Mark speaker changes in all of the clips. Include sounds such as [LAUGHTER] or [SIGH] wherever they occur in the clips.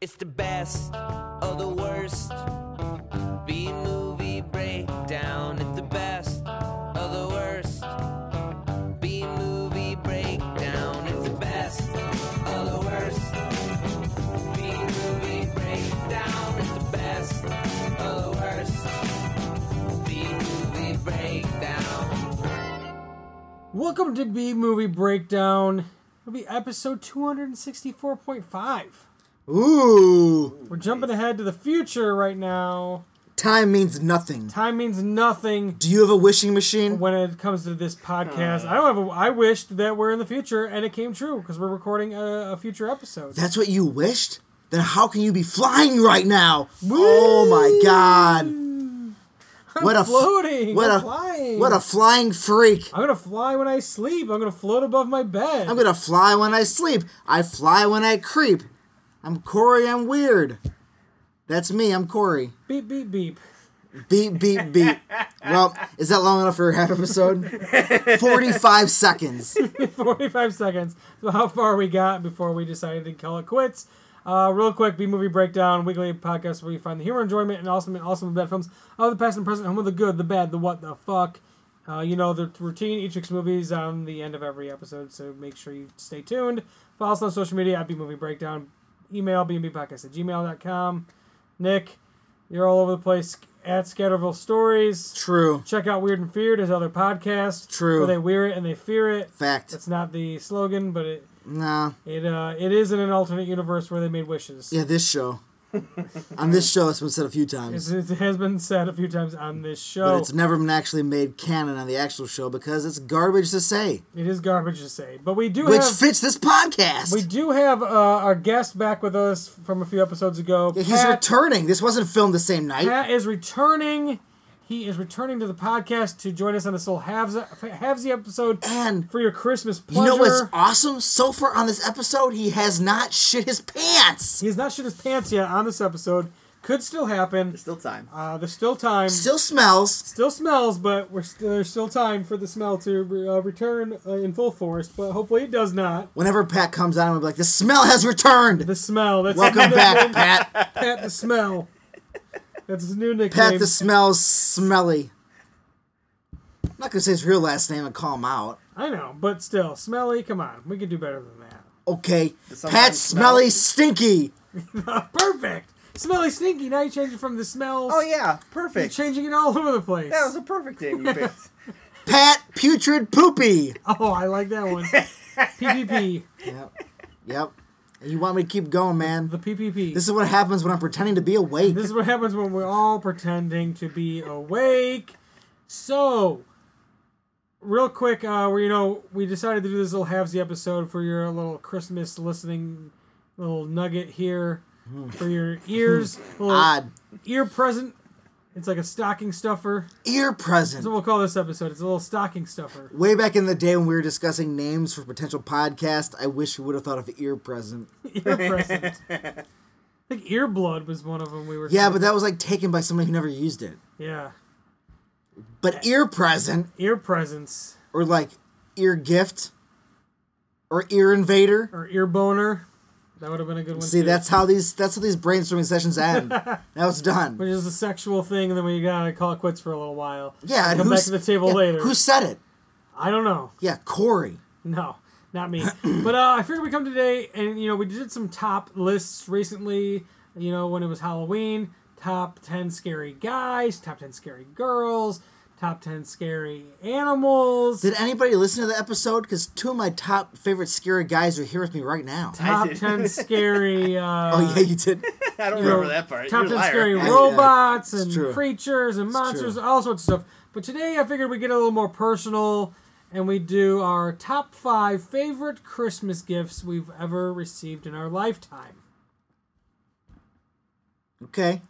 Speaker 1: It's the best of the worst. B movie breakdown. It's the best of the worst. B movie breakdown. It's the best of the worst. B movie breakdown. It's the best of the worst. B movie breakdown.
Speaker 2: Welcome to B Movie Breakdown. It'll be episode 264.5.
Speaker 3: Ooh,
Speaker 2: We're jumping ahead to the future right now.
Speaker 3: time means nothing.
Speaker 2: Time means nothing
Speaker 3: Do you have a wishing machine?
Speaker 2: when it comes to this podcast. I don't have a, I wished that we're in the future and it came true because we're recording a, a future episode.
Speaker 3: That's what you wished? Then how can you be flying right now? Oh my god. What a f-
Speaker 2: floating.
Speaker 3: what
Speaker 2: I'm
Speaker 3: a
Speaker 2: flying.
Speaker 3: what a flying freak.
Speaker 2: I'm gonna fly when I sleep. I'm gonna float above my bed.
Speaker 3: I'm gonna fly when I sleep. I fly when I creep. I'm Corey, I'm weird. That's me, I'm Corey.
Speaker 2: beep beep beep.
Speaker 3: Beep
Speaker 2: [LAUGHS]
Speaker 3: beep beep. Well, is that long enough for a half episode? Forty five seconds.
Speaker 2: 45 seconds. So how far we got before we decided to call it quits. Uh, real quick, B movie breakdown, weekly podcast where you find the humor, enjoyment, and awesome and awesome bad films of the past and present, home of the good, the bad, the what the fuck. Uh, you know the routine. Each week's movie is on the end of every episode, so make sure you stay tuned. Follow us on social media at B Movie Breakdown. Email bmbpodcast at gmail.com. Nick, you're all over the place at Scatterville Stories.
Speaker 3: True.
Speaker 2: Check out Weird and Feared, his other podcast.
Speaker 3: True.
Speaker 2: Where they wear it and they fear it.
Speaker 3: Fact.
Speaker 2: That's not the slogan, but it
Speaker 3: Nah.
Speaker 2: it uh, it is in an alternate universe where they made wishes.
Speaker 3: Yeah, this show. On this show, it's been said a few times.
Speaker 2: It's, it has been said a few times on this show.
Speaker 3: but it's never been actually made canon on the actual show because it's garbage to say,
Speaker 2: It is garbage to say, but we do
Speaker 3: which
Speaker 2: have
Speaker 3: fits this podcast.
Speaker 2: we do have uh, our guest back with us from a few episodes ago.
Speaker 3: Yeah, He's
Speaker 2: Pat,
Speaker 3: returning. This wasn't filmed the same night.
Speaker 2: Pat is returning. He is returning to the podcast to join us on this little halves halvesy episode
Speaker 3: And-
Speaker 2: for your Christmas
Speaker 3: you
Speaker 2: pleasure.
Speaker 3: know what's awesome? So far on this episode, he has not shit his pants.
Speaker 2: He has not shit his pants yet on this episode. Could still happen.
Speaker 4: Still time.
Speaker 2: Uh, there's still time.
Speaker 3: Still smells.
Speaker 2: still smells, but we're still, there's still time for the smell to uh, return uh, in full force. But hopefully, it does not.
Speaker 3: Whenever Pat comes on, I'm gonna be like, the smell has returned.
Speaker 2: [LAUGHS] The smell. That's his
Speaker 3: Welcome
Speaker 2: new
Speaker 3: back,
Speaker 2: nickname, [LAUGHS]
Speaker 3: Pat.
Speaker 2: Pat the smell. That's his new nickname.
Speaker 3: Pat the smells smelly. I'm not gonna say his real last name and call him out.
Speaker 2: I know, but still, smelly. Come on, we could do better than that. [LAUGHS]
Speaker 3: Okay.
Speaker 4: something
Speaker 3: Pat smelly
Speaker 4: smell?
Speaker 3: stinky.
Speaker 2: Ah, Perfect. Smelly stinky. Now you change it from the smells.
Speaker 4: Oh yeah,
Speaker 2: You're
Speaker 4: perfect.
Speaker 2: changing it all over the place.
Speaker 4: That was a perfect
Speaker 2: [LAUGHS]
Speaker 4: name you picked.
Speaker 3: Pat putrid poopy.
Speaker 2: oh, I like that
Speaker 4: [LAUGHS]
Speaker 2: one. PPP.
Speaker 3: Yep. Yep. And you want me to keep going, man.
Speaker 2: The PPP.
Speaker 3: This is what happens when I'm pretending to be awake.
Speaker 2: This is what happens when we're all pretending to be awake. So, real quick, uh, we you know we decided to do this little halvesy episode for your little Christmas listening little nugget here for your
Speaker 3: [LAUGHS]
Speaker 2: ears, little
Speaker 3: Odd.
Speaker 2: ear present. It's like a stocking stuffer.
Speaker 3: Ear
Speaker 2: That's what
Speaker 3: present.
Speaker 2: we'll call this episode. It's a little stocking stuffer.
Speaker 3: Way back in the day when we were discussing names for potential podcast, I wish we would have thought of ear present.
Speaker 2: Ear
Speaker 3: [LAUGHS]
Speaker 2: present. I think ear blood was one of them we were.
Speaker 3: Yeah, but that was like taken by somebody who never used it.
Speaker 2: yeah,
Speaker 3: But ear present,
Speaker 2: ear presence
Speaker 3: or like ear gift, or ear invader.
Speaker 2: or ear boner. That would have been a good one.
Speaker 3: See,
Speaker 2: too.
Speaker 3: that's how these that's how these brainstorming
Speaker 2: [LAUGHS]
Speaker 3: sessions end. now it's done.
Speaker 2: which is a sexual thing, and then we gotta call it quits for a little while.
Speaker 3: Yeah, and
Speaker 2: come back
Speaker 3: who's-
Speaker 2: to the table
Speaker 3: yeah,
Speaker 2: later.
Speaker 3: Who said it?
Speaker 2: I don't know.
Speaker 3: Yeah, Corey.
Speaker 2: No, not
Speaker 3: [CLEARS THROAT]
Speaker 2: me. but uh, I figured we come today, and you know, we did some top lists recently. You know, when it was Halloween, top ten scary guys, top ten scary girls, top ten scary animals,
Speaker 3: Did anybody listen to the episode? Because two of my top favorite scary guys are here with me right now.
Speaker 4: I
Speaker 2: top
Speaker 4: did.
Speaker 3: [LAUGHS]
Speaker 2: ten scary. Uh,
Speaker 3: Oh yeah, you did.
Speaker 4: I don't
Speaker 2: you know,
Speaker 4: remember that part.
Speaker 2: Top
Speaker 4: You're a
Speaker 2: 10
Speaker 4: liar.
Speaker 2: scary
Speaker 3: [LAUGHS] yeah.
Speaker 2: robots and
Speaker 3: true.
Speaker 2: creatures and monsters,
Speaker 3: true.
Speaker 2: all sorts of stuff. But today I figured we get a little more personal and we do our top five favorite Christmas gifts we've ever received in our lifetime.
Speaker 3: Okay.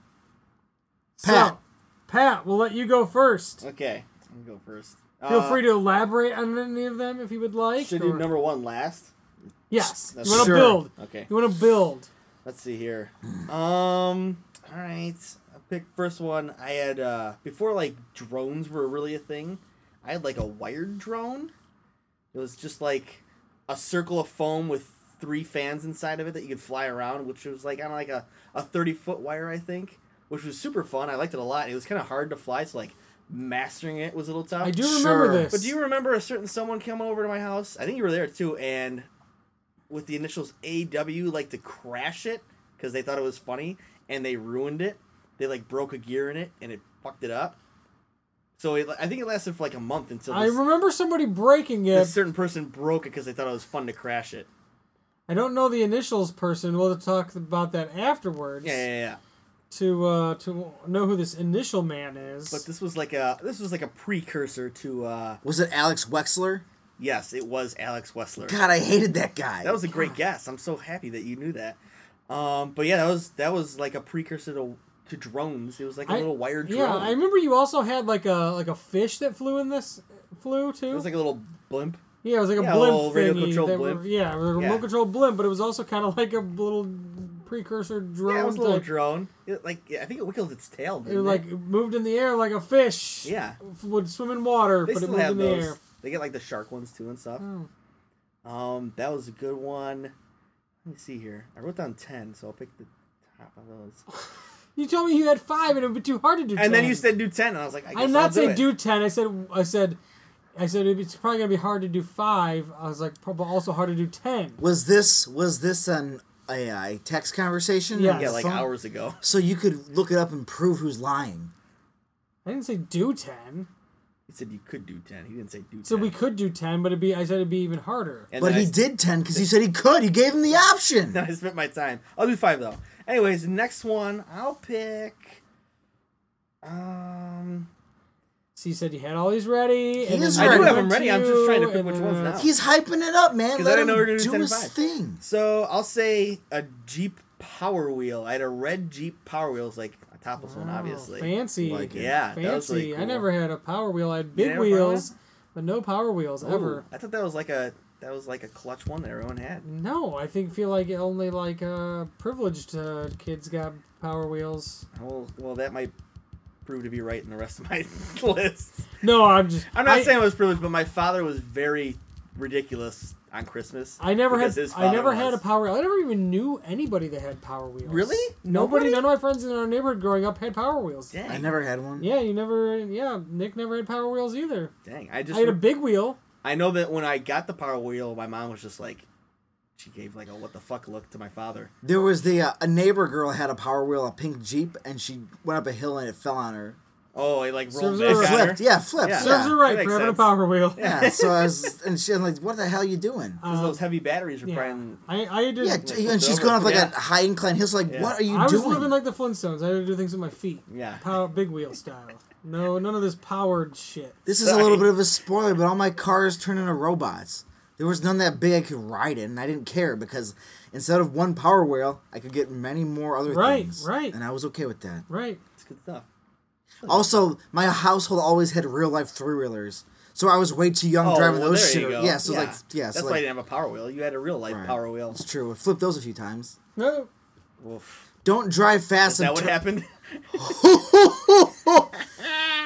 Speaker 3: Pat.
Speaker 2: So, Pat, we'll let you go first.
Speaker 4: Okay, I'm gonna go first.
Speaker 2: Feel
Speaker 4: Uh,
Speaker 2: free to elaborate on any of them if you would like.
Speaker 4: Should do
Speaker 2: or-
Speaker 4: number one last.
Speaker 2: yes.
Speaker 4: That's
Speaker 2: You want to
Speaker 3: Sure.
Speaker 2: build.
Speaker 4: Okay.
Speaker 2: You want to build.
Speaker 4: Let's see here. Um. All right. I picked first one. I had uh before like drones were really a thing. I had like a wired drone. It was just like a circle of foam with three fans inside of it that you could fly around, which was like on like a, a thirty foot wire, I think, which was super fun. I liked it a lot. It was kind of hard to fly, so like mastering it was a little tough.
Speaker 2: I do remember
Speaker 3: Sure.
Speaker 2: this.
Speaker 4: But do you remember a certain someone coming over to my house? I think you were there too, and with the initials AW, like to crash it because they thought it was funny, and they ruined it. They like broke a gear in it, and it fucked it up. So it, I think it lasted for like a month until
Speaker 2: I
Speaker 4: this,
Speaker 2: remember somebody breaking it.
Speaker 4: this certain person broke it because they thought it was fun to crash it.
Speaker 2: I don't know the initials person. We'll talk about that afterwards.
Speaker 4: Yeah, yeah, yeah, yeah.
Speaker 2: To uh, to know who this initial man is.
Speaker 4: But this was like a this was like a precursor to uh
Speaker 3: Was it Alex Wexler?
Speaker 4: yes, it was Alex Wessler.
Speaker 3: God, I hated that guy.
Speaker 4: That was a great guess. I'm so happy that you knew that. Um, but yeah, that was that was like a precursor to, to drones. It was like a
Speaker 2: I-
Speaker 4: little wired drone.
Speaker 2: yeah, I remember you also had like a like a fish that flew in this flew too.
Speaker 4: it was like a little blimp.
Speaker 2: yeah, it was like a
Speaker 4: yeah, a
Speaker 2: blimp
Speaker 4: little radio
Speaker 2: thingy.
Speaker 4: control
Speaker 2: that
Speaker 4: blimp.
Speaker 2: Were, yeah, it was a
Speaker 4: Yeah.
Speaker 2: remote control blimp, but it was also kind of like a little precursor drone.
Speaker 4: Yeah, it was a little
Speaker 2: type-
Speaker 4: drone. It, like yeah, I think it wiggled its tail.
Speaker 2: It
Speaker 4: didn't It
Speaker 2: was like moved in the air like a fish.
Speaker 4: yeah,
Speaker 2: f- would swim in water,
Speaker 4: they
Speaker 2: but it
Speaker 4: still
Speaker 2: moved
Speaker 4: have
Speaker 2: in the
Speaker 4: those.
Speaker 2: air.
Speaker 4: They get like the shark ones too and stuff.
Speaker 2: Oh.
Speaker 4: Um, that was a good one. Let me see here. I wrote down ten, so I'll pick the top of those.
Speaker 2: Oh, You told me you had five, and it would be too hard to do.
Speaker 4: And then
Speaker 2: 10.
Speaker 4: you said do ten, and I was like, I, guess
Speaker 2: I did
Speaker 4: I'll
Speaker 2: not say
Speaker 4: it.
Speaker 2: do ten. I said I said I said it'd be- it's probably gonna be hard to do five. I was like probably also hard to do ten.
Speaker 3: Was this was this an a, a text conversation?
Speaker 2: Yeah.
Speaker 3: on the
Speaker 4: Yeah, like
Speaker 3: phone?
Speaker 4: hours ago. [LAUGHS]
Speaker 3: So you could look it up and prove who's lying.
Speaker 2: I didn't say do ten.
Speaker 4: He said you could do ten. He didn't say do ten.
Speaker 2: So we could do ten, but it'd be I said it'd be even harder.
Speaker 4: And
Speaker 3: but
Speaker 4: then
Speaker 3: he
Speaker 4: I-
Speaker 3: did ten because you said he could. You gave him the option.
Speaker 4: [LAUGHS] then I spent my time. I'll do five though. Anyways, next one I'll pick. Um,
Speaker 2: So you said you had all these ready. and
Speaker 3: is
Speaker 2: then
Speaker 3: ready. I do have
Speaker 2: went
Speaker 4: them ready, I'm just
Speaker 2: you,
Speaker 4: trying to
Speaker 2: and
Speaker 4: pick which
Speaker 2: then- uh,
Speaker 4: ones now.
Speaker 3: He's hyping it up, man.
Speaker 4: 'Cause
Speaker 3: Let
Speaker 4: I didn't
Speaker 3: him
Speaker 4: know we were gonna do
Speaker 3: do
Speaker 4: 10 and
Speaker 3: his
Speaker 4: five.
Speaker 3: thing.
Speaker 4: so I'll say a Jeep Power Wheel. I had a red Jeep Power Wheel. It's like a topless one,
Speaker 2: Wow,
Speaker 4: obviously.
Speaker 2: Fancy.
Speaker 3: Like it.
Speaker 4: Yeah,
Speaker 2: Fancy.
Speaker 4: that was really
Speaker 2: I
Speaker 4: cool.
Speaker 2: never had a power wheel. I had
Speaker 4: You
Speaker 2: big
Speaker 4: never had one?
Speaker 2: wheels, but no power wheels
Speaker 4: Ooh,
Speaker 2: ever.
Speaker 4: I thought that was like a that was like a clutch one that everyone had.
Speaker 2: No, I think feel like it only like uh, privileged uh, kids got power wheels.
Speaker 4: Well, well, that might prove to be right in the rest of my [LAUGHS] list.
Speaker 2: No, I'm just.
Speaker 4: I'm not
Speaker 2: I,
Speaker 4: saying I was privileged, but my father was very ridiculous on Christmas.
Speaker 2: I never
Speaker 4: because
Speaker 2: had.
Speaker 4: his
Speaker 2: I
Speaker 4: father
Speaker 2: never had a
Speaker 4: was.
Speaker 2: power. wheel. I never even knew anybody that had power wheels.
Speaker 4: Really?
Speaker 2: Nobody,
Speaker 4: Nobody?
Speaker 2: None of my friends in our neighborhood growing up had power wheels.
Speaker 4: Dang,
Speaker 3: I never had one.
Speaker 2: Yeah, you never. Yeah, Nick never had power wheels either.
Speaker 4: dang. I just
Speaker 2: I had a
Speaker 4: re-
Speaker 2: big wheel.
Speaker 4: I know that when I got the power wheel, my mom was just like, she gave like a what the fuck look to my father.
Speaker 3: There was the uh, a neighbor girl had a power wheel, a pink jeep, and she went up a hill and it fell on her.
Speaker 4: Oh, I like rolled
Speaker 2: Serves
Speaker 4: back
Speaker 2: her
Speaker 4: on
Speaker 2: right.
Speaker 4: her.
Speaker 3: Flipped, yeah, flipped.
Speaker 4: Yeah.
Speaker 3: Yeah,
Speaker 2: Serves her right
Speaker 4: that
Speaker 2: for
Speaker 4: makes
Speaker 2: having a
Speaker 4: sense.
Speaker 2: power wheel.
Speaker 3: Yeah, so I was, and she was like, "What the hell you doing?"
Speaker 4: 'Cause those heavy batteries were probably.
Speaker 2: Yeah. [LAUGHS] I, I did.
Speaker 3: yeah,
Speaker 4: flipped
Speaker 3: t- and she's
Speaker 4: over.
Speaker 3: going up like
Speaker 4: Yeah.
Speaker 3: a high incline hill. So like,
Speaker 4: Yeah.
Speaker 3: what are you
Speaker 2: I was
Speaker 3: doing?
Speaker 2: living like the Flintstones. I had to do things with my feet.
Speaker 4: Yeah.
Speaker 2: Power, big wheel style. No, none of this powered shit.
Speaker 3: This is a little bit of a spoiler, but all my cars turned into robots. There was none that big I could ride in, and I didn't care because instead of one power wheel, I could get many more other
Speaker 2: Right,
Speaker 3: things.
Speaker 2: right.
Speaker 3: And I was okay with that.
Speaker 2: Right.
Speaker 4: It's good stuff.
Speaker 3: Also, my household always had real life three wheelers, so I was way too young
Speaker 4: Oh,
Speaker 3: driving
Speaker 4: well,
Speaker 3: those
Speaker 4: there you
Speaker 3: shit.
Speaker 4: go.
Speaker 3: Yeah, so like, yeah,
Speaker 4: that's
Speaker 3: so
Speaker 4: why you
Speaker 3: like,
Speaker 4: didn't have a power wheel. You had a real life
Speaker 3: Right.
Speaker 4: power wheel.
Speaker 3: it's true. I flipped those a few times.
Speaker 2: No.
Speaker 4: Oof.
Speaker 3: Don't drive fast
Speaker 4: Is that
Speaker 3: and
Speaker 4: what
Speaker 3: tur-
Speaker 4: happened? [LAUGHS]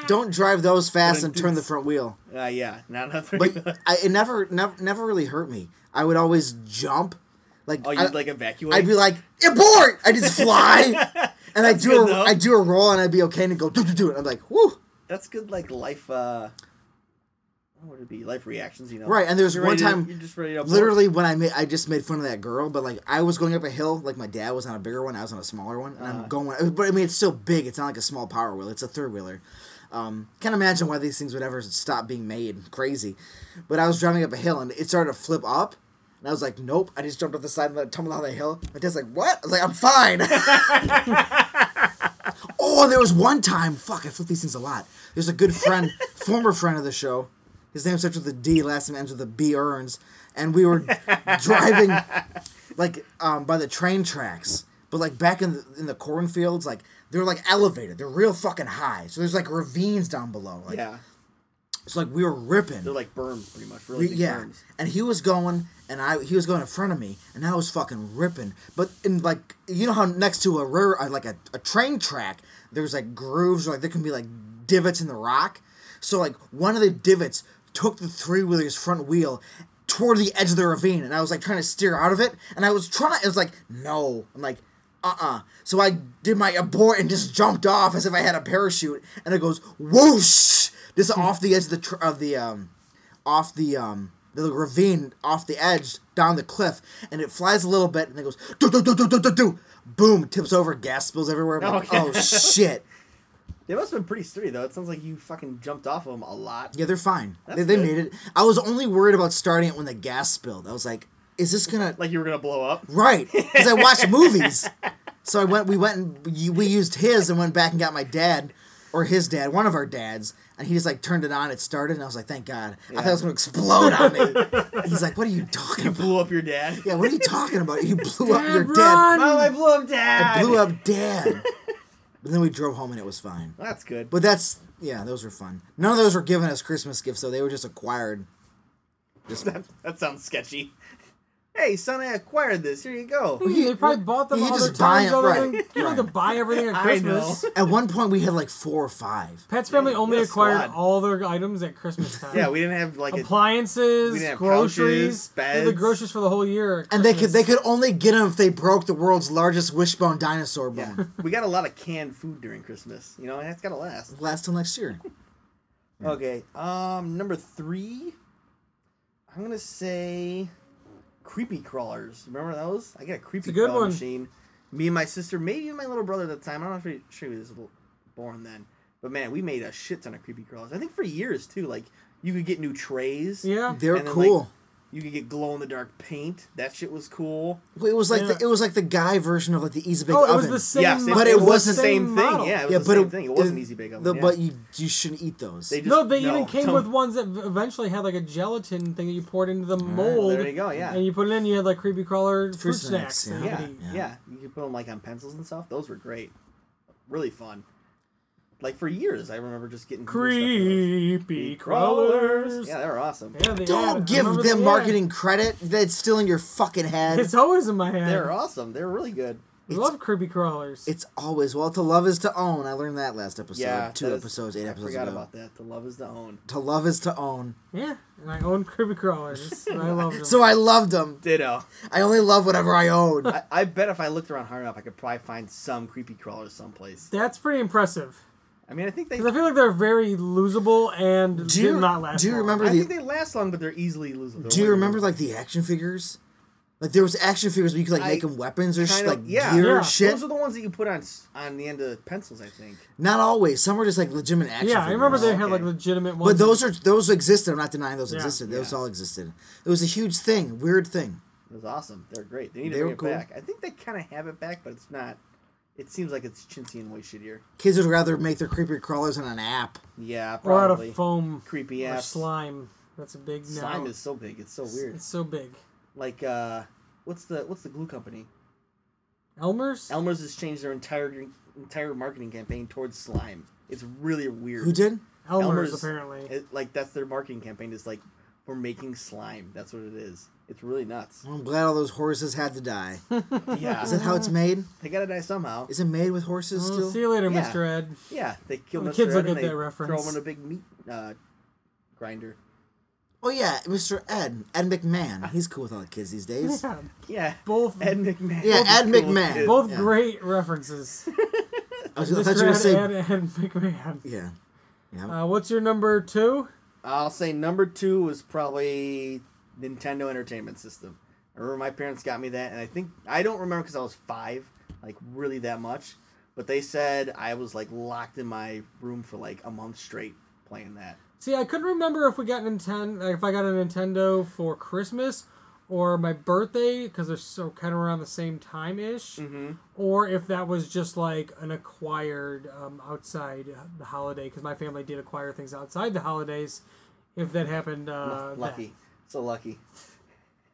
Speaker 3: don't drive those fast
Speaker 4: But
Speaker 3: and
Speaker 4: it
Speaker 3: turn the
Speaker 4: did-
Speaker 3: front wheel.
Speaker 4: Uh, yeah, not nothing. [LAUGHS]
Speaker 3: But I, it never, never, never really hurt me. I would always jump, like
Speaker 4: oh, you'd
Speaker 3: I-
Speaker 4: like evacuate.
Speaker 3: I'd be like, abort! I just
Speaker 4: [LAUGHS]
Speaker 3: fly, and I do
Speaker 4: good,
Speaker 3: a,
Speaker 4: though.
Speaker 3: I do a roll, and I'd be okay, and it'd go do do do. And I'm like, whoo!
Speaker 4: that's good. Like life. uh What would it be? Life reactions. You know.
Speaker 3: Right, and there was
Speaker 4: You're
Speaker 3: one
Speaker 4: ready to-
Speaker 3: time-
Speaker 4: you're just ready to abort.
Speaker 3: Literally, when I made, I just made fun of that girl, but like I was going up a hill, like my dad was on a bigger one, I was on a smaller one, and
Speaker 4: Uh-huh.
Speaker 3: I'm going. But I mean, it's still big. It's not like a small power wheel. It's a third wheeler. Um, can't imagine why these things would ever stop being made. Crazy, but I was driving up a hill, and it started to flip up. And I was like, nope. I just jumped off the side and let it tumble down the hill. My dad's like, what? I was like, I'm fine. [LAUGHS] Oh, there was one time. Fuck, I flip these things a lot. There's a good
Speaker 4: [LAUGHS]
Speaker 3: friend, former friend of the show. His name starts with a D, last name ends with a B. Earns, and we were driving like um, by the train tracks, but like back in the, in the cornfields, like they're like elevated. They're real fucking high. So there's like ravines down below. Like,
Speaker 4: Yeah,
Speaker 3: So like we were ripping.
Speaker 4: they're like berms, pretty much. Really big
Speaker 3: Yeah,
Speaker 4: berms.
Speaker 3: and he was going, and I he was going in front of me, and I was fucking ripping. But in like you know how next to a rare uh, like a, a train track, there's like grooves, like there can be like divots in the rock. So like one of the divots took the three wheeler's front wheel, toward the edge of the ravine, and I was like trying to steer out of it, and I was trying. It was like no. I'm like uh uh So I did my abort and just jumped off as if I had a parachute, and it goes whoosh just off the edge of the tr- of the um off the um the ravine off the edge down the cliff and it flies a little bit and it goes do do do do do do do boom tips over gas spills everywhere I'm like,
Speaker 4: Okay.
Speaker 3: oh shit
Speaker 4: They must have been pretty sturdy though. It sounds like you fucking jumped off of them a lot.
Speaker 3: yeah they're fine they,
Speaker 4: That's
Speaker 3: they
Speaker 4: good.
Speaker 3: made it I was only worried about starting it when the gas spilled I was like is this gonna
Speaker 4: Like you were gonna blow up.
Speaker 3: [LAUGHS] right because I
Speaker 4: [LAUGHS]
Speaker 3: watched movies so I went we went and you- we used his and went back and got my dad or his dad one of our dads and he just like turned it on it started and I was like thank God I thought it was gonna explode on me
Speaker 4: [LAUGHS]
Speaker 3: he's like what are you talking about
Speaker 4: Blew up your dad.
Speaker 3: Yeah, what are you talking about? You blew up
Speaker 2: Dad,
Speaker 3: your
Speaker 2: run!
Speaker 3: dad.
Speaker 4: Mom, I blew up dad.
Speaker 3: I blew up dad. but then we drove home and it was fine.
Speaker 4: That's good.
Speaker 3: But that's yeah, those were fun. None of those were given as Christmas gifts, though. They were just acquired. Just
Speaker 4: [LAUGHS] That, that sounds sketchy. Hey, son, I acquired this. Here you
Speaker 3: [LAUGHS]
Speaker 4: go.
Speaker 2: Yeah, they probably bought them
Speaker 3: you
Speaker 2: other
Speaker 3: just buy
Speaker 2: times.
Speaker 3: it,
Speaker 2: other
Speaker 3: right,
Speaker 2: than- you don't have to
Speaker 3: right.
Speaker 2: buy everything at
Speaker 4: [LAUGHS] I
Speaker 2: Christmas.
Speaker 4: know.
Speaker 3: at one point we had like four or five.
Speaker 2: Pat's family only
Speaker 4: Yes,
Speaker 2: acquired
Speaker 4: squad.
Speaker 2: all their items at
Speaker 4: [LAUGHS]
Speaker 2: Christmas time.
Speaker 4: Yeah, we didn't have like a. we
Speaker 2: appliances,
Speaker 4: didn't have
Speaker 2: groceries,
Speaker 4: couches,
Speaker 2: they did the
Speaker 4: beds.
Speaker 2: groceries for the whole year. at
Speaker 3: And they could
Speaker 2: Christmas.
Speaker 3: they could only get them if they broke the world's largest wishbone dinosaur bone.
Speaker 4: Yeah, [LAUGHS] we got a lot of canned food during Christmas. You know, and that's gotta last.
Speaker 3: Last till next year.
Speaker 2: Hmm.
Speaker 4: Okay. Um, number three. I'm gonna say, creepy crawlers. Remember those? I got a creepy
Speaker 2: a good
Speaker 4: crawler
Speaker 2: one.
Speaker 4: machine. Me and my sister, maybe even my little brother at the time. I'm not pretty sure he was l- born then. But man, we made a shit ton of creepy crawlers. I think for years too. Like you could get new trays.
Speaker 2: yeah,
Speaker 3: They're
Speaker 4: And then, like,
Speaker 3: cool.
Speaker 4: you could get glow in the dark paint. That shit was cool.
Speaker 3: it was like
Speaker 2: Yeah.
Speaker 3: the, it was like the guy version of like the easy bake
Speaker 2: oh, it
Speaker 3: oven.
Speaker 2: was the same.
Speaker 4: Yes,
Speaker 3: But it
Speaker 2: the
Speaker 3: was the
Speaker 4: same thing,
Speaker 2: model.
Speaker 4: yeah. it was the same thing. It wasn't Easy Bake Oven,
Speaker 3: the-
Speaker 4: yeah.
Speaker 3: But you you shouldn't eat those.
Speaker 4: They just,
Speaker 2: No, they even came
Speaker 4: don't-
Speaker 2: with ones that v- eventually had like a gelatin thing that you poured into the mold.
Speaker 4: There you go. Yeah.
Speaker 2: And you put it in, you had like creepy crawler fruit,
Speaker 3: snacks,
Speaker 2: snacks.
Speaker 3: yeah.
Speaker 2: that you
Speaker 4: yeah,
Speaker 2: could eat.
Speaker 4: yeah, You could put them like on pencils and stuff. Those were great, really fun. Like for years, I remember just getting new stuff
Speaker 2: Creepy
Speaker 4: for those.
Speaker 2: crawlers.
Speaker 4: Yeah, they were awesome.
Speaker 2: Yeah, they had- I
Speaker 3: Don't give
Speaker 2: remember
Speaker 3: them
Speaker 2: yeah.
Speaker 3: marketing credit. That's still in your fucking head.
Speaker 2: It's always in my head.
Speaker 4: They were awesome. They were really good.
Speaker 2: I love creepy crawlers.
Speaker 3: It's always well to love is to own. I learned that last episode.
Speaker 4: yeah,
Speaker 3: two
Speaker 4: that is-
Speaker 3: episodes, eight
Speaker 4: I
Speaker 3: episodes
Speaker 4: forgot
Speaker 3: ago.
Speaker 4: about that. The love is the own.
Speaker 3: To love is to own.
Speaker 2: yeah, and I own creepy
Speaker 3: [LAUGHS]
Speaker 2: crawlers. and I love them.
Speaker 3: So I loved them.
Speaker 4: Ditto.
Speaker 3: I only love whatever I own.
Speaker 4: I, I bet if I looked around hard enough, I could probably find some creepy crawlers someplace.
Speaker 2: that's pretty impressive.
Speaker 4: I mean, I think they.
Speaker 2: 'Cause I feel like they're very losable and
Speaker 3: Do you-
Speaker 2: did not last.
Speaker 3: do you
Speaker 2: long.
Speaker 3: remember
Speaker 4: I
Speaker 3: the-
Speaker 4: think they last long, but they're easily losable.
Speaker 3: Do you remember like the action figures? Like there was action figures, but you could like
Speaker 4: I-
Speaker 3: make them weapons or sh-
Speaker 4: Kind
Speaker 3: like
Speaker 4: of- yeah.
Speaker 3: gear
Speaker 2: Yeah.
Speaker 3: or shit.
Speaker 4: Those are the ones that you put on s- on the end of pencils, I think.
Speaker 3: Not always. Some were just like legitimate action.
Speaker 2: Yeah, I remember
Speaker 3: figures.
Speaker 2: they had like
Speaker 4: Okay.
Speaker 2: legitimate ones.
Speaker 3: But those are those existed. I'm not denying those
Speaker 2: Yeah.
Speaker 3: existed. Those
Speaker 4: Yeah.
Speaker 3: all existed. It was a huge thing, weird thing.
Speaker 4: It was awesome. They're great. They need to
Speaker 3: They
Speaker 4: bring
Speaker 3: were
Speaker 4: it
Speaker 3: cool.
Speaker 4: back. I think they kind of have it back, but it's not. It seems like it's chintzy and way shittier.
Speaker 3: Kids would rather make their creepy crawlers on an app.
Speaker 4: Yeah,
Speaker 2: or out
Speaker 4: probably.
Speaker 2: of foam
Speaker 4: Creepy
Speaker 2: or
Speaker 4: apps.
Speaker 2: slime. That's a big no.
Speaker 4: Slime is so big. It's so weird.
Speaker 2: It's so big.
Speaker 4: Like, uh, what's the what's the glue company?
Speaker 2: Elmer's.
Speaker 4: Elmer's has changed their entire entire marketing campaign towards slime. It's really weird.
Speaker 3: Who did?
Speaker 2: Elmer's, apparently.
Speaker 4: it- like that's their marketing campaign. Is like we're making slime. That's what it is. It's really nuts.
Speaker 3: I'm glad all those horses had to die.
Speaker 4: yeah,
Speaker 3: Is that how it's made?
Speaker 4: they gotta die somehow.
Speaker 3: Is it made with horses
Speaker 2: Well,
Speaker 3: still?
Speaker 2: Uh-huh. Uh, see you later,
Speaker 4: Yeah.
Speaker 2: Mr.
Speaker 3: [LAUGHS]
Speaker 2: Ed.
Speaker 4: Yeah, they kill
Speaker 2: The
Speaker 4: Mr.
Speaker 2: kids will
Speaker 4: Ed and
Speaker 2: get
Speaker 4: they
Speaker 2: that reference.
Speaker 4: Throw him in a big meat uh, grinder.
Speaker 3: Oh yeah, Mr. Ed, Ed McMahon. He's cool with all the kids these
Speaker 2: [LAUGHS]
Speaker 3: days.
Speaker 2: Yeah,
Speaker 4: Yeah.
Speaker 2: both
Speaker 4: Ed McMahon.
Speaker 3: Yeah,
Speaker 4: Both
Speaker 3: Ed
Speaker 4: is cool.
Speaker 3: McMahon.
Speaker 4: Dude,
Speaker 2: both
Speaker 3: Yeah.
Speaker 2: great references.
Speaker 3: [LAUGHS] I, was, I thought
Speaker 2: Mr.
Speaker 3: you were gonna
Speaker 2: Ed
Speaker 3: say
Speaker 2: and, and McMahon.
Speaker 3: yeah. Yeah.
Speaker 2: Uh, what's your number two?
Speaker 4: I'll say number two was probably Nintendo Entertainment System. I remember my parents got me that, and I think I don't remember because I was five, like really that much. But they said I was like locked in my room for like a month straight playing that.
Speaker 2: See, I couldn't remember if we got Nintendo, if I got a Nintendo for Christmas or my birthday because they're so kind of around the same time ish,
Speaker 3: Mm-hmm.
Speaker 2: or if that was just like an acquired um, outside the holiday because my family did acquire things outside the holidays. If that happened, uh,
Speaker 4: lucky, so lucky. [LAUGHS]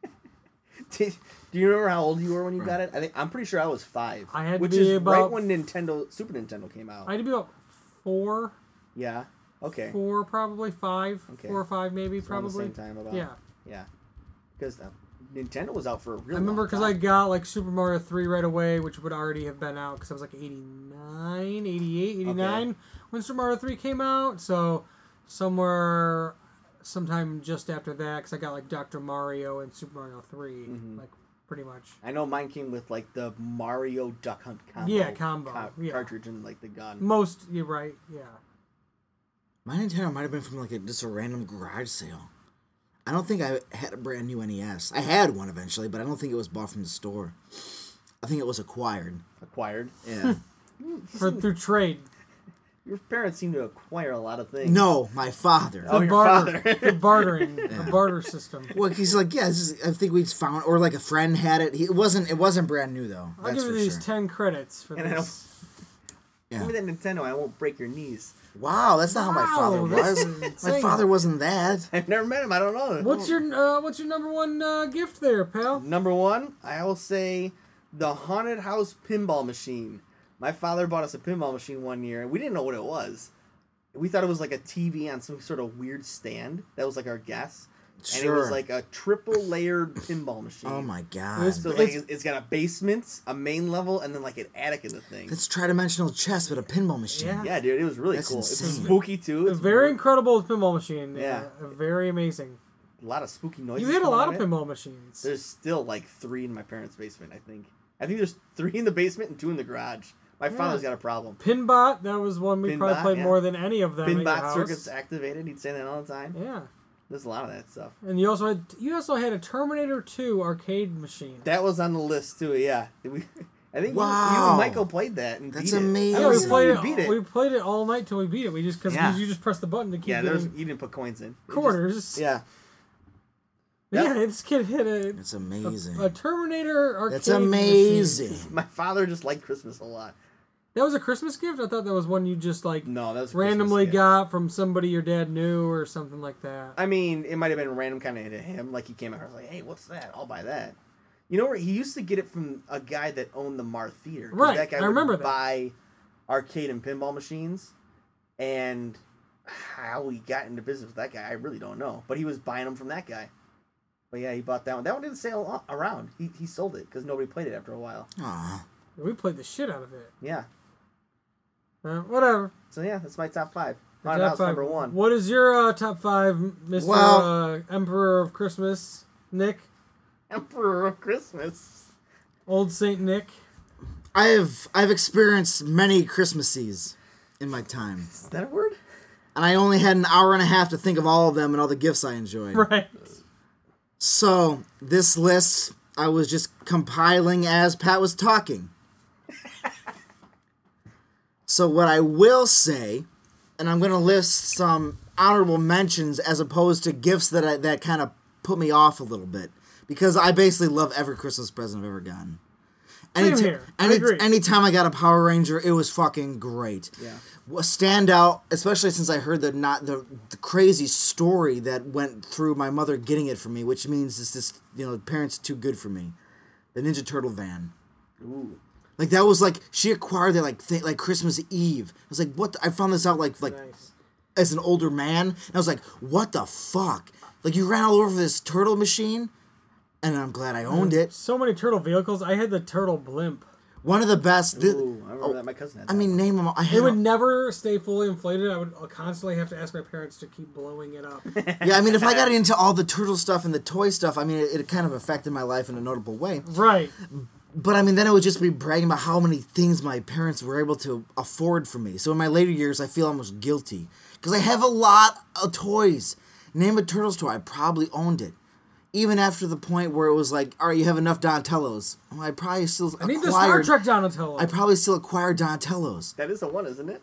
Speaker 4: Did, do you remember how old you were when you got it? I think I'm pretty sure I was five.
Speaker 2: I had to
Speaker 4: which
Speaker 2: be
Speaker 4: is right
Speaker 2: about-
Speaker 4: when Nintendo Super Nintendo came out.
Speaker 2: that. I had to be about four,
Speaker 4: yeah. Okay.
Speaker 2: four probably five,
Speaker 4: Okay.
Speaker 2: four or five maybe
Speaker 4: around
Speaker 2: probably.
Speaker 4: the same time about
Speaker 2: Yeah.
Speaker 4: yeah because nintendo was out for a real
Speaker 2: I remember
Speaker 4: long
Speaker 2: because I
Speaker 4: time.
Speaker 2: got like Super Mario 3 right away, which would already have been out because I was like 89, 88, 89 when Super Mario 3 came out. So somewhere sometime just after that because I got like Dr. Mario and Super Mario 3,
Speaker 4: Mm-hmm.
Speaker 2: like pretty much.
Speaker 4: I know mine came with like the Mario Duck Hunt combo.
Speaker 2: Yeah, combo, yeah.
Speaker 4: Cartridge and like the gun.
Speaker 2: Most, you're right,
Speaker 4: [LAUGHS]
Speaker 2: yeah.
Speaker 3: My Nintendo might have been from like a, just a random garage sale. I don't think I had a brand new NES. I had one eventually, but I don't think it was bought from the store. I think it was acquired.
Speaker 2: [LAUGHS]
Speaker 4: Acquired.
Speaker 3: Yeah.
Speaker 2: For through trade,
Speaker 4: Your parents seem to acquire a lot of things.
Speaker 3: no, my father.
Speaker 4: Oh,
Speaker 2: the
Speaker 4: your
Speaker 2: barter,
Speaker 4: father.
Speaker 2: the
Speaker 4: [LAUGHS]
Speaker 2: bartering, the barter system.
Speaker 3: Well, he's like, yeah, this is, I think we found, or like a friend had it. He, it wasn't, it wasn't brand new though.
Speaker 2: I'll
Speaker 3: That's
Speaker 2: give you
Speaker 3: for
Speaker 2: these
Speaker 3: sure.
Speaker 2: ten credits for
Speaker 4: And I
Speaker 2: this.
Speaker 3: Yeah.
Speaker 4: Give me that Nintendo, I won't break your knees. [LAUGHS]
Speaker 3: Wow, that's not how my father
Speaker 2: Wow, this [LAUGHS]
Speaker 3: was.
Speaker 2: is
Speaker 3: my
Speaker 2: insane.
Speaker 3: father wasn't that.
Speaker 4: I've never met him. I don't know.
Speaker 2: What's your uh, what's your number one uh, gift there, pal?
Speaker 4: number one? I will say the haunted house pinball machine. My father bought us a pinball machine one year. We didn't know what it was. We thought it was like a TV on some sort of weird stand. That was like our guess. And it was
Speaker 3: Sure.
Speaker 4: like a triple layered pinball machine.
Speaker 3: Oh my god.
Speaker 2: This-
Speaker 4: So like
Speaker 2: It's-
Speaker 4: it's got a basement, a main level, and then like an attic in the thing.
Speaker 3: That's tridimensional chess with a pinball machine.
Speaker 2: Yeah.
Speaker 4: Yeah, dude, it was really
Speaker 3: That's
Speaker 4: cool. It's
Speaker 3: insane.
Speaker 4: spooky too.
Speaker 2: A
Speaker 4: It's
Speaker 2: very
Speaker 4: weird.
Speaker 2: incredible pinball machine.
Speaker 4: Yeah.
Speaker 2: uh, very amazing.
Speaker 4: a lot of spooky noises.
Speaker 2: You hit a
Speaker 4: coming
Speaker 2: lot
Speaker 4: out
Speaker 2: of
Speaker 4: it.
Speaker 2: pinball machines.
Speaker 4: There's still like three in my parents' basement. I think. I think there's three in the basement and two in the garage. My father's got a problem.
Speaker 2: Pinbot, that was one we probably
Speaker 4: Pinbot,
Speaker 2: played
Speaker 4: yeah.
Speaker 2: more than any of them. at your
Speaker 4: Pinbot
Speaker 2: house.
Speaker 4: circuits activated. He'd say that all the time.
Speaker 2: Yeah,
Speaker 4: There's a lot of that stuff.
Speaker 2: and you also had you also had a Terminator Two arcade machine.
Speaker 4: That was on the list too. Yeah. [LAUGHS] We, I think you- you,
Speaker 3: Wow.
Speaker 4: and Michael played that and
Speaker 3: That's
Speaker 4: beat it.
Speaker 3: amazing.
Speaker 4: I
Speaker 2: yeah,
Speaker 4: don't
Speaker 2: we
Speaker 4: even know
Speaker 2: played
Speaker 4: you
Speaker 2: it.
Speaker 4: beat it.
Speaker 2: We played it all night till we beat it. We just because
Speaker 4: Yeah.
Speaker 2: you just press the button to keep
Speaker 4: yeah,
Speaker 2: yeah,
Speaker 4: there was,
Speaker 2: getting
Speaker 4: you didn't put coins in. It just-
Speaker 2: quarters.
Speaker 4: yeah.
Speaker 2: [LAUGHS] yeah, this kid hit a
Speaker 3: That's amazing.
Speaker 2: a Terminator arcade.
Speaker 3: That's
Speaker 2: machine.
Speaker 3: amazing.
Speaker 4: My father just liked Christmas a lot.
Speaker 2: That was a Christmas gift. I thought that was one you just like
Speaker 4: No, that was a Christmas
Speaker 2: randomly
Speaker 4: gift.
Speaker 2: got from somebody your dad knew or something like that.
Speaker 4: I mean, it might have been random kind of to him. Like he came out, I was like, "Hey, what's that? I'll buy that." You know where he used to get it from a guy that owned the Mar Theater. 'cause
Speaker 2: Right,
Speaker 4: that guy
Speaker 2: I
Speaker 4: would
Speaker 2: remember that.
Speaker 4: buy arcade and pinball machines, and how he got into business with that guy, I really don't know. But he was buying them from that guy. But yeah, he bought that one. That one didn't sail a- around. He he sold it because nobody played it after a while.
Speaker 3: Aw.
Speaker 2: we played the shit out of it.
Speaker 4: Yeah.
Speaker 2: Uh, whatever.
Speaker 4: So yeah, that's my top five.
Speaker 2: The
Speaker 4: Haunted
Speaker 2: top
Speaker 4: House
Speaker 2: five.
Speaker 4: number one.
Speaker 2: What is your uh, top five, Mister
Speaker 3: Well-
Speaker 2: uh, Emperor of Christmas, Nick,
Speaker 4: Emperor of Christmas.
Speaker 2: Old Saint Nick? [LAUGHS]
Speaker 3: I have I've experienced many Christmases in my time.
Speaker 4: Is that a word?
Speaker 3: And I only had an hour and a half to think of all of them and all the gifts I enjoyed.
Speaker 2: Right.
Speaker 3: So this list I was just compiling as Pat was talking. so what I will say, and I'm gonna list some honorable mentions as opposed to gifts that I, that kind of put me off a little bit because I basically love every Christmas present I've ever gotten. Any ti-
Speaker 2: here. I
Speaker 3: any,
Speaker 2: agree.
Speaker 3: anytime I got a Power Ranger, it was fucking great.
Speaker 4: Yeah.
Speaker 3: Well, stand out, especially since I heard the not the, the crazy story that went through my mother getting it for me, which means it's just you know parents too good for me. The Ninja Turtle van.
Speaker 4: Ooh.
Speaker 3: Like that was like she acquired that like th- like Christmas Eve. I was like, what? the- I found this out like like
Speaker 2: Nice.
Speaker 3: as an older man, and I was like, what the fuck? Like you ran all over this turtle machine, and I'm glad I owned it.
Speaker 2: So many turtle vehicles. I had the turtle blimp.
Speaker 3: One of the best. thi-
Speaker 4: Ooh, I remember that. My cousin had
Speaker 3: Oh, I
Speaker 4: that
Speaker 3: mean,
Speaker 4: one.
Speaker 3: name them. All. I
Speaker 2: It
Speaker 3: had.
Speaker 2: would never stay fully inflated. I would constantly have to ask my parents to keep blowing it up. [LAUGHS]
Speaker 3: yeah, I mean, if I got into all the turtle stuff and the toy stuff, I mean, it, it kind of affected my life in a notable way.
Speaker 2: right.
Speaker 3: But I mean, then it would just be bragging about how many things my parents were able to afford for me. So in my later years, I feel almost guilty because I have a lot of toys. Name a turtles toy, I probably owned it. Even after the point where it was like, all right, you have enough Donatellos. Well, I probably still
Speaker 2: I need the Star
Speaker 3: acquired.
Speaker 2: Trek Donatello.
Speaker 3: I probably still acquired Donatellos.
Speaker 4: That is the one, isn't it?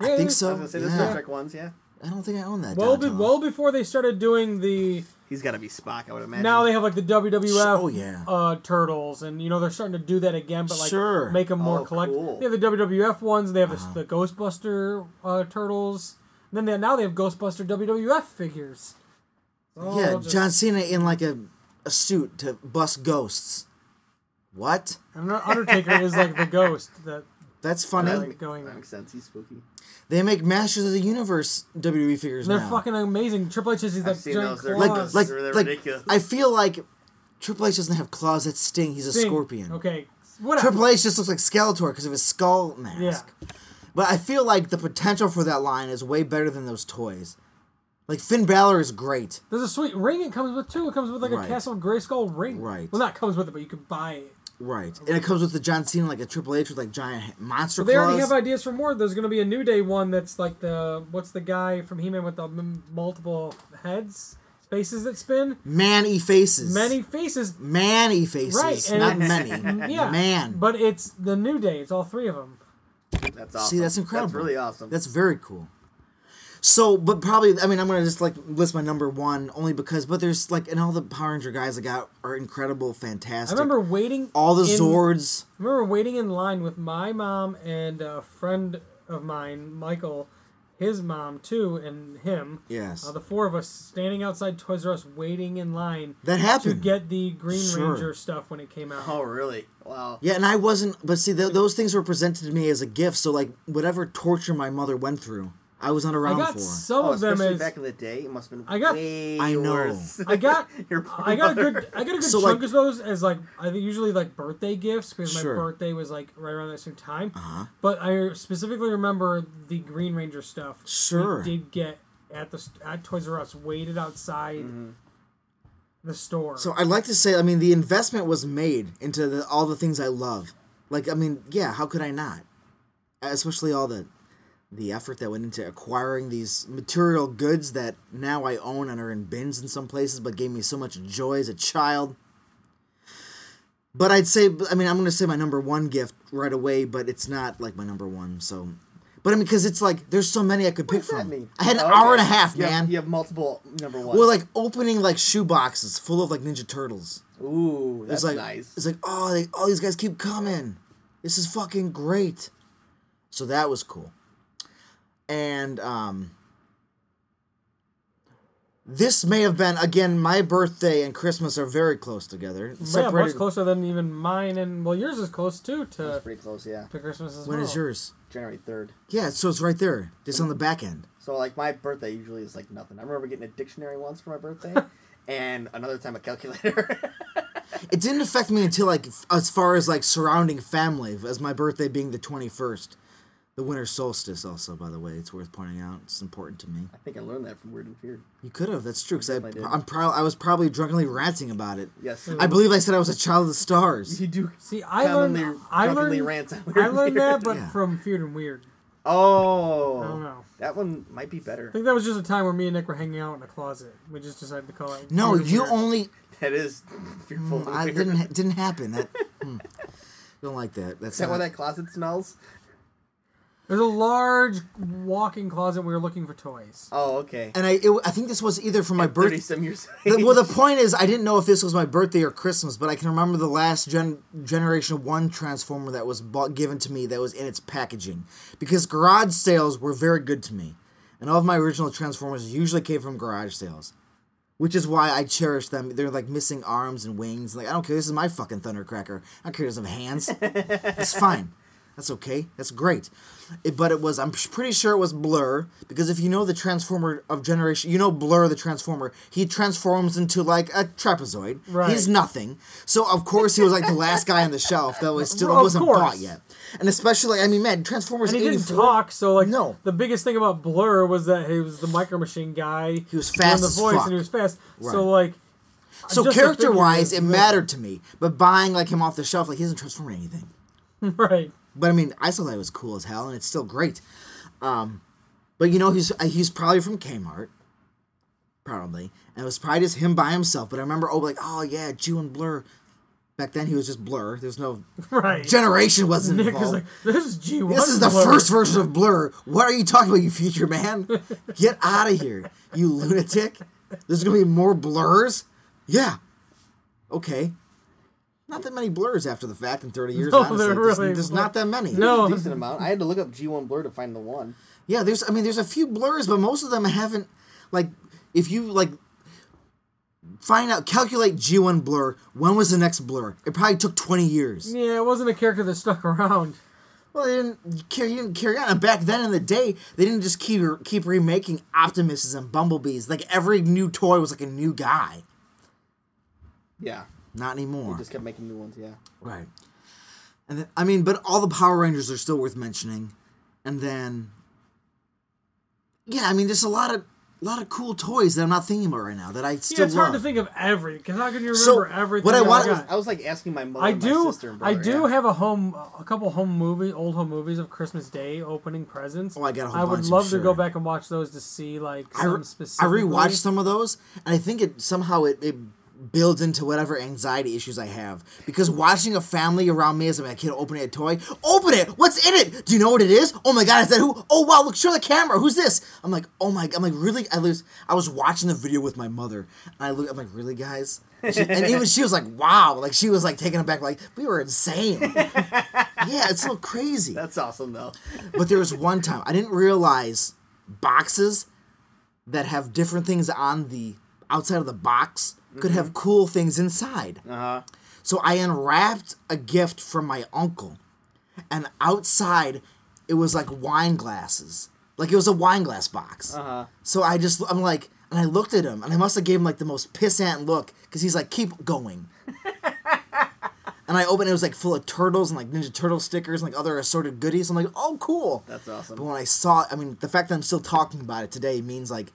Speaker 3: I think
Speaker 4: I
Speaker 3: so.
Speaker 4: was gonna say the Star
Speaker 3: yeah.
Speaker 4: Trek ones, yeah.
Speaker 3: I don't think I own that.
Speaker 2: well, be,
Speaker 3: Donatello.
Speaker 2: well before they started doing the
Speaker 4: He's got to be Spock, I would imagine.
Speaker 2: now they have like the WWF
Speaker 3: Oh, yeah.
Speaker 2: uh, turtles, and you know they're starting to do that again, but like
Speaker 3: Sure. Uh-huh.
Speaker 2: make them more
Speaker 4: Oh,
Speaker 2: collect.
Speaker 4: cool.
Speaker 2: They have the WWF ones. They have the, the Ghostbuster uh, turtles. And then they, now they have Ghostbuster WWF figures. Oh,
Speaker 3: yeah,
Speaker 2: I'll just-
Speaker 3: John Cena in like a, a suit to bust ghosts. What?
Speaker 2: and the Undertaker is like the ghost that
Speaker 3: That's
Speaker 4: that,
Speaker 3: funny.
Speaker 2: Really?
Speaker 4: make-
Speaker 2: going
Speaker 4: that
Speaker 2: there.
Speaker 4: makes sense. He's spooky.
Speaker 3: They make Masters of the Universe WWE figures
Speaker 2: they're
Speaker 3: now.
Speaker 2: fucking amazing. Triple H is these
Speaker 4: I've
Speaker 2: like
Speaker 4: seen
Speaker 2: giant
Speaker 4: those. They're
Speaker 3: like
Speaker 2: claws.
Speaker 3: like,
Speaker 4: They're
Speaker 3: like
Speaker 4: ridiculous.
Speaker 3: I feel like Triple H doesn't have claws. That's Sting. He's a
Speaker 2: Thing.
Speaker 3: scorpion.
Speaker 2: Okay, whatever.
Speaker 3: Triple H just looks like Skeletor because of his skull mask.
Speaker 2: Yeah.
Speaker 3: But I feel like the potential for that line is way better than those toys. Like Finn Balor is great.
Speaker 2: There's a sweet ring it comes with too. It comes with like a
Speaker 3: Right.
Speaker 2: Castle Grayskull ring.
Speaker 3: Right.
Speaker 2: Well, not comes with it, but you could buy it.
Speaker 3: Right. And it comes with the John Cena like a Triple H with like giant monster
Speaker 2: They already
Speaker 3: claws.
Speaker 2: have ideas for more. There's going to be a New Day one that's like the what's the guy from He-Man with the m- multiple heads, faces that spin,
Speaker 3: Manny faces.
Speaker 2: many faces.
Speaker 3: Manny faces.
Speaker 2: Right, and
Speaker 3: Not
Speaker 2: it's-
Speaker 3: many.
Speaker 2: [LAUGHS] Yeah,
Speaker 3: Man.
Speaker 2: But it's the New Day. It's all three of them.
Speaker 4: That's awesome.
Speaker 3: See, that's incredible.
Speaker 4: That's really awesome.
Speaker 3: That's very cool. So, but probably, I mean, I'm gonna just like list my number one only because, but there's like, and all the Power Ranger guys I got are incredible,
Speaker 2: I
Speaker 3: fantastic.
Speaker 2: remember waiting
Speaker 3: all the
Speaker 2: in-
Speaker 3: Zords.
Speaker 2: I remember waiting in line with my mom and a friend of mine, Michael, his mom too, and him.
Speaker 3: Yes,
Speaker 2: Uh, the four of us standing outside Toys R Us waiting in line
Speaker 3: that
Speaker 2: to
Speaker 3: happened.
Speaker 2: get the Green
Speaker 3: Sure.
Speaker 2: Ranger stuff when it came out.
Speaker 4: oh, really? Wow.
Speaker 3: yeah, and I wasn't, but see, th- those things were presented to me as a gift. So, like, whatever torture my mother went through, I was not
Speaker 2: I
Speaker 3: around
Speaker 2: got
Speaker 3: for.
Speaker 2: some
Speaker 4: oh,
Speaker 2: of them
Speaker 4: especially
Speaker 2: as
Speaker 4: back in the day, it must have been
Speaker 2: I got-
Speaker 4: way
Speaker 3: I know.
Speaker 4: worse. [LAUGHS]
Speaker 2: I
Speaker 3: [LAUGHS]
Speaker 2: got-
Speaker 4: Your poor
Speaker 2: I got a
Speaker 4: mother.
Speaker 2: good I got a good
Speaker 3: So,
Speaker 2: chunk
Speaker 3: like-
Speaker 2: of those as like I think usually like birthday gifts because
Speaker 3: Sure.
Speaker 2: my birthday was like right around that same time.
Speaker 3: Uh-huh.
Speaker 2: But I specifically remember the Green Ranger stuff. we
Speaker 3: Sure.
Speaker 2: did get at the st- at Toys R Us waited outside the store.
Speaker 3: Mm-hmm. So I'd like to say, I mean, the investment was made into the, all the things I love. Like, I mean, yeah, how could I not? Especially all the the effort that went into acquiring these material goods that now I own and are in bins in some places, but gave me so much joy as a child. But I'd say, I mean, I'm gonna say my number one gift right away, but it's not like my number one. So, but I mean, because it's like there's so many I could pick
Speaker 4: What's that
Speaker 3: from.
Speaker 4: mean?
Speaker 3: I had an
Speaker 4: Oh,
Speaker 3: hour and
Speaker 4: okay.
Speaker 3: a half,
Speaker 4: You have-
Speaker 3: man.
Speaker 4: you have multiple number one.
Speaker 3: We're like opening like shoe boxes full of like Ninja Turtles.
Speaker 4: ooh,
Speaker 3: It's
Speaker 4: that's
Speaker 3: like
Speaker 4: nice.
Speaker 3: it's like oh they, all these guys keep coming. This is fucking great. So that was cool. And um this may have been again my birthday and Christmas are very close together.
Speaker 2: yeah, much
Speaker 3: Separated.
Speaker 2: closer than even mine and well yours is close too to,
Speaker 4: That's pretty close, yeah.
Speaker 2: to Christmas as
Speaker 3: When
Speaker 2: well.
Speaker 3: is yours?
Speaker 4: January third.
Speaker 3: Yeah, so it's right there. Just on the back end.
Speaker 4: So like my birthday usually is like nothing. I remember getting a dictionary once for my
Speaker 2: [LAUGHS]
Speaker 4: birthday, and another time a calculator. [LAUGHS]
Speaker 3: It didn't affect me until like f- as far as like surrounding family as my birthday being the 21st. The winter solstice also by the way, it's worth pointing out. It's important to me.
Speaker 4: I think I learned that from Weird and Feared.
Speaker 3: You could have. That's true. Because I,
Speaker 4: Definitely did.
Speaker 3: I'm proud. I was probably drunkenly ranting about it.
Speaker 4: Yes,
Speaker 3: I believe I said I was a child of the stars.
Speaker 4: you do.
Speaker 2: See, I learned
Speaker 4: commonly-
Speaker 2: I
Speaker 4: commonly
Speaker 2: learned
Speaker 4: rants on
Speaker 2: [LAUGHS]
Speaker 4: Weird
Speaker 2: I
Speaker 4: and
Speaker 2: learned that
Speaker 4: Weird.
Speaker 2: but
Speaker 3: Yeah.
Speaker 2: from Feared and Weird. I don't
Speaker 4: [LAUGHS] Oh,
Speaker 2: know.
Speaker 4: that one might be
Speaker 2: I
Speaker 4: better.
Speaker 2: think that was just a time where me and Nick were hanging out in a closet. We just decided to call it.
Speaker 3: No,
Speaker 2: Feared and
Speaker 3: you
Speaker 2: Weird.
Speaker 3: only.
Speaker 4: That is fearful. and
Speaker 3: Mm, I
Speaker 4: weird. [LAUGHS]
Speaker 3: didn't. ha- Didn't happen. That. hmm. Don't like that. That's
Speaker 4: Is that
Speaker 3: not, [LAUGHS]
Speaker 4: why that closet smells?
Speaker 2: There's a large walk-in closet. We were looking for toys.
Speaker 4: Oh, okay.
Speaker 3: And I. It, I think this was either for my birthday.
Speaker 4: Thirty
Speaker 3: [LAUGHS]
Speaker 4: some years.
Speaker 3: Well, the point is, I didn't know if this was my birthday or Christmas, but I can remember the last gen generation one transformer that was bought given to me that was in its packaging, because garage sales were very good to me, and all of my original transformers usually came from garage sales, which is why I cherish them. They're like missing arms and wings. Like I don't care. This is my fucking thundercracker. I don't care. It doesn't have hands. It's fine. That's okay. That's great. It, but it was, I'm sh- pretty sure it was Blur, because if you know the Transformer of Generation, you know Blur the Transformer. He transforms into like a trapezoid.
Speaker 2: Right.
Speaker 3: He's nothing. So, of course, he was like the last guy on the shelf that was still
Speaker 2: Well, of
Speaker 3: wasn't
Speaker 2: course.
Speaker 3: bought yet. And especially, I mean, man, Transformers
Speaker 2: And he
Speaker 3: 84.
Speaker 2: didn't talk, so like
Speaker 3: No.
Speaker 2: the biggest thing about Blur was that he was the micro machine guy. He
Speaker 3: was fast
Speaker 2: the
Speaker 3: as
Speaker 2: voice,
Speaker 3: fuck.
Speaker 2: and he was fast.
Speaker 3: Right.
Speaker 2: So like,
Speaker 3: so,
Speaker 2: just the
Speaker 3: character wise,
Speaker 2: figure
Speaker 3: it
Speaker 2: is-
Speaker 3: mattered to me. But buying like him off the shelf, like he doesn't transform into anything.
Speaker 2: [LAUGHS] right?
Speaker 3: But I mean, I still thought it was cool as hell, and it's still great. Um, but you know, he's uh, he's probably from Kmart, probably, and it was probably just him by himself. But I remember, oh, like, oh yeah, Jew and Blur. Back then, he was just Blur. There's no
Speaker 2: Right. [LAUGHS]
Speaker 3: generation wasn't
Speaker 2: Nick
Speaker 3: involved.
Speaker 2: is like, this is G one.
Speaker 3: this is the first version of Blur. What are you talking about, you future man? Get out of here, you lunatic! There's gonna be more blurs. Yeah. Okay. Not that many blurs after the fact in 30 years.
Speaker 2: No,
Speaker 3: honestly,
Speaker 2: there
Speaker 3: There's-
Speaker 2: really
Speaker 3: there's not that many.
Speaker 2: No,
Speaker 4: [LAUGHS] decent amount. I had to look up G1 Blur to find the one.
Speaker 3: Yeah, there's. I mean, there's a few blurs, but most of them haven't. Like, if you like, find out, calculate G one blur. When was the next blur? It probably took twenty years.
Speaker 2: yeah, it wasn't a character that stuck around.
Speaker 3: Well, they didn't carry, you didn't carry on. And back then in the day, they didn't just keep keep remaking Optimuses and Bumblebees. Like every new toy was like a new guy.
Speaker 4: Yeah,
Speaker 3: Not anymore.
Speaker 4: just kept making new ones. Yeah.
Speaker 3: Right. And then, I mean, but all the Power Rangers are still worth mentioning. And then, yeah, I mean, there's a lot of a lot of cool toys that I'm not thinking about right now that I still
Speaker 2: Yeah, it's
Speaker 3: love.
Speaker 2: hard to think of every because how can you remember
Speaker 3: So,
Speaker 2: everything?
Speaker 3: what I
Speaker 2: that we
Speaker 3: wanted
Speaker 2: got?
Speaker 4: I was like asking my mother,
Speaker 2: I
Speaker 4: and
Speaker 2: do.
Speaker 4: my sister, and brother.
Speaker 2: I do
Speaker 4: yeah.
Speaker 2: have a home, a couple home movie, old home movies of Christmas Day opening presents.
Speaker 3: Oh, I got a whole
Speaker 2: I would
Speaker 3: bunch, I'm
Speaker 2: love
Speaker 3: sure.
Speaker 2: to go back and watch those to see like
Speaker 3: I, re-
Speaker 2: some specific.
Speaker 3: I rewatched some of those, and I think it somehow it, it builds into whatever anxiety issues I have because watching a family around me as I'm a kid opening a toy, open it. What's in it? Do you know what it is? Oh my god, is that who? Oh wow, look, show the camera. Who's this? I'm like, oh my, I'm like really. I was I was watching the video with my mother, and I look, I'm like, really, guys. And she- and even she was like, "Wow!" Like she was like taken aback, like we were insane.
Speaker 2: [LAUGHS]
Speaker 3: yeah, it's so crazy.
Speaker 4: That's awesome though.
Speaker 3: But there was one time I didn't realize boxes that have different things on the outside of the box could have cool things inside.
Speaker 4: Uh-huh.
Speaker 3: So I unwrapped a gift from my uncle, and outside it was like wine glasses. Like it was a wine glass box.
Speaker 4: Uh-huh.
Speaker 3: So I just I'm like, and I looked at him, and I must have gave him like the most pissant look because he's like, keep
Speaker 4: [LAUGHS]
Speaker 3: going. and I opened it, it was like full of turtles and like Ninja Turtle stickers and like other assorted goodies. I'm like, oh cool.
Speaker 4: That's awesome.
Speaker 3: But when I saw, I mean, the fact that I'm still talking about it today means like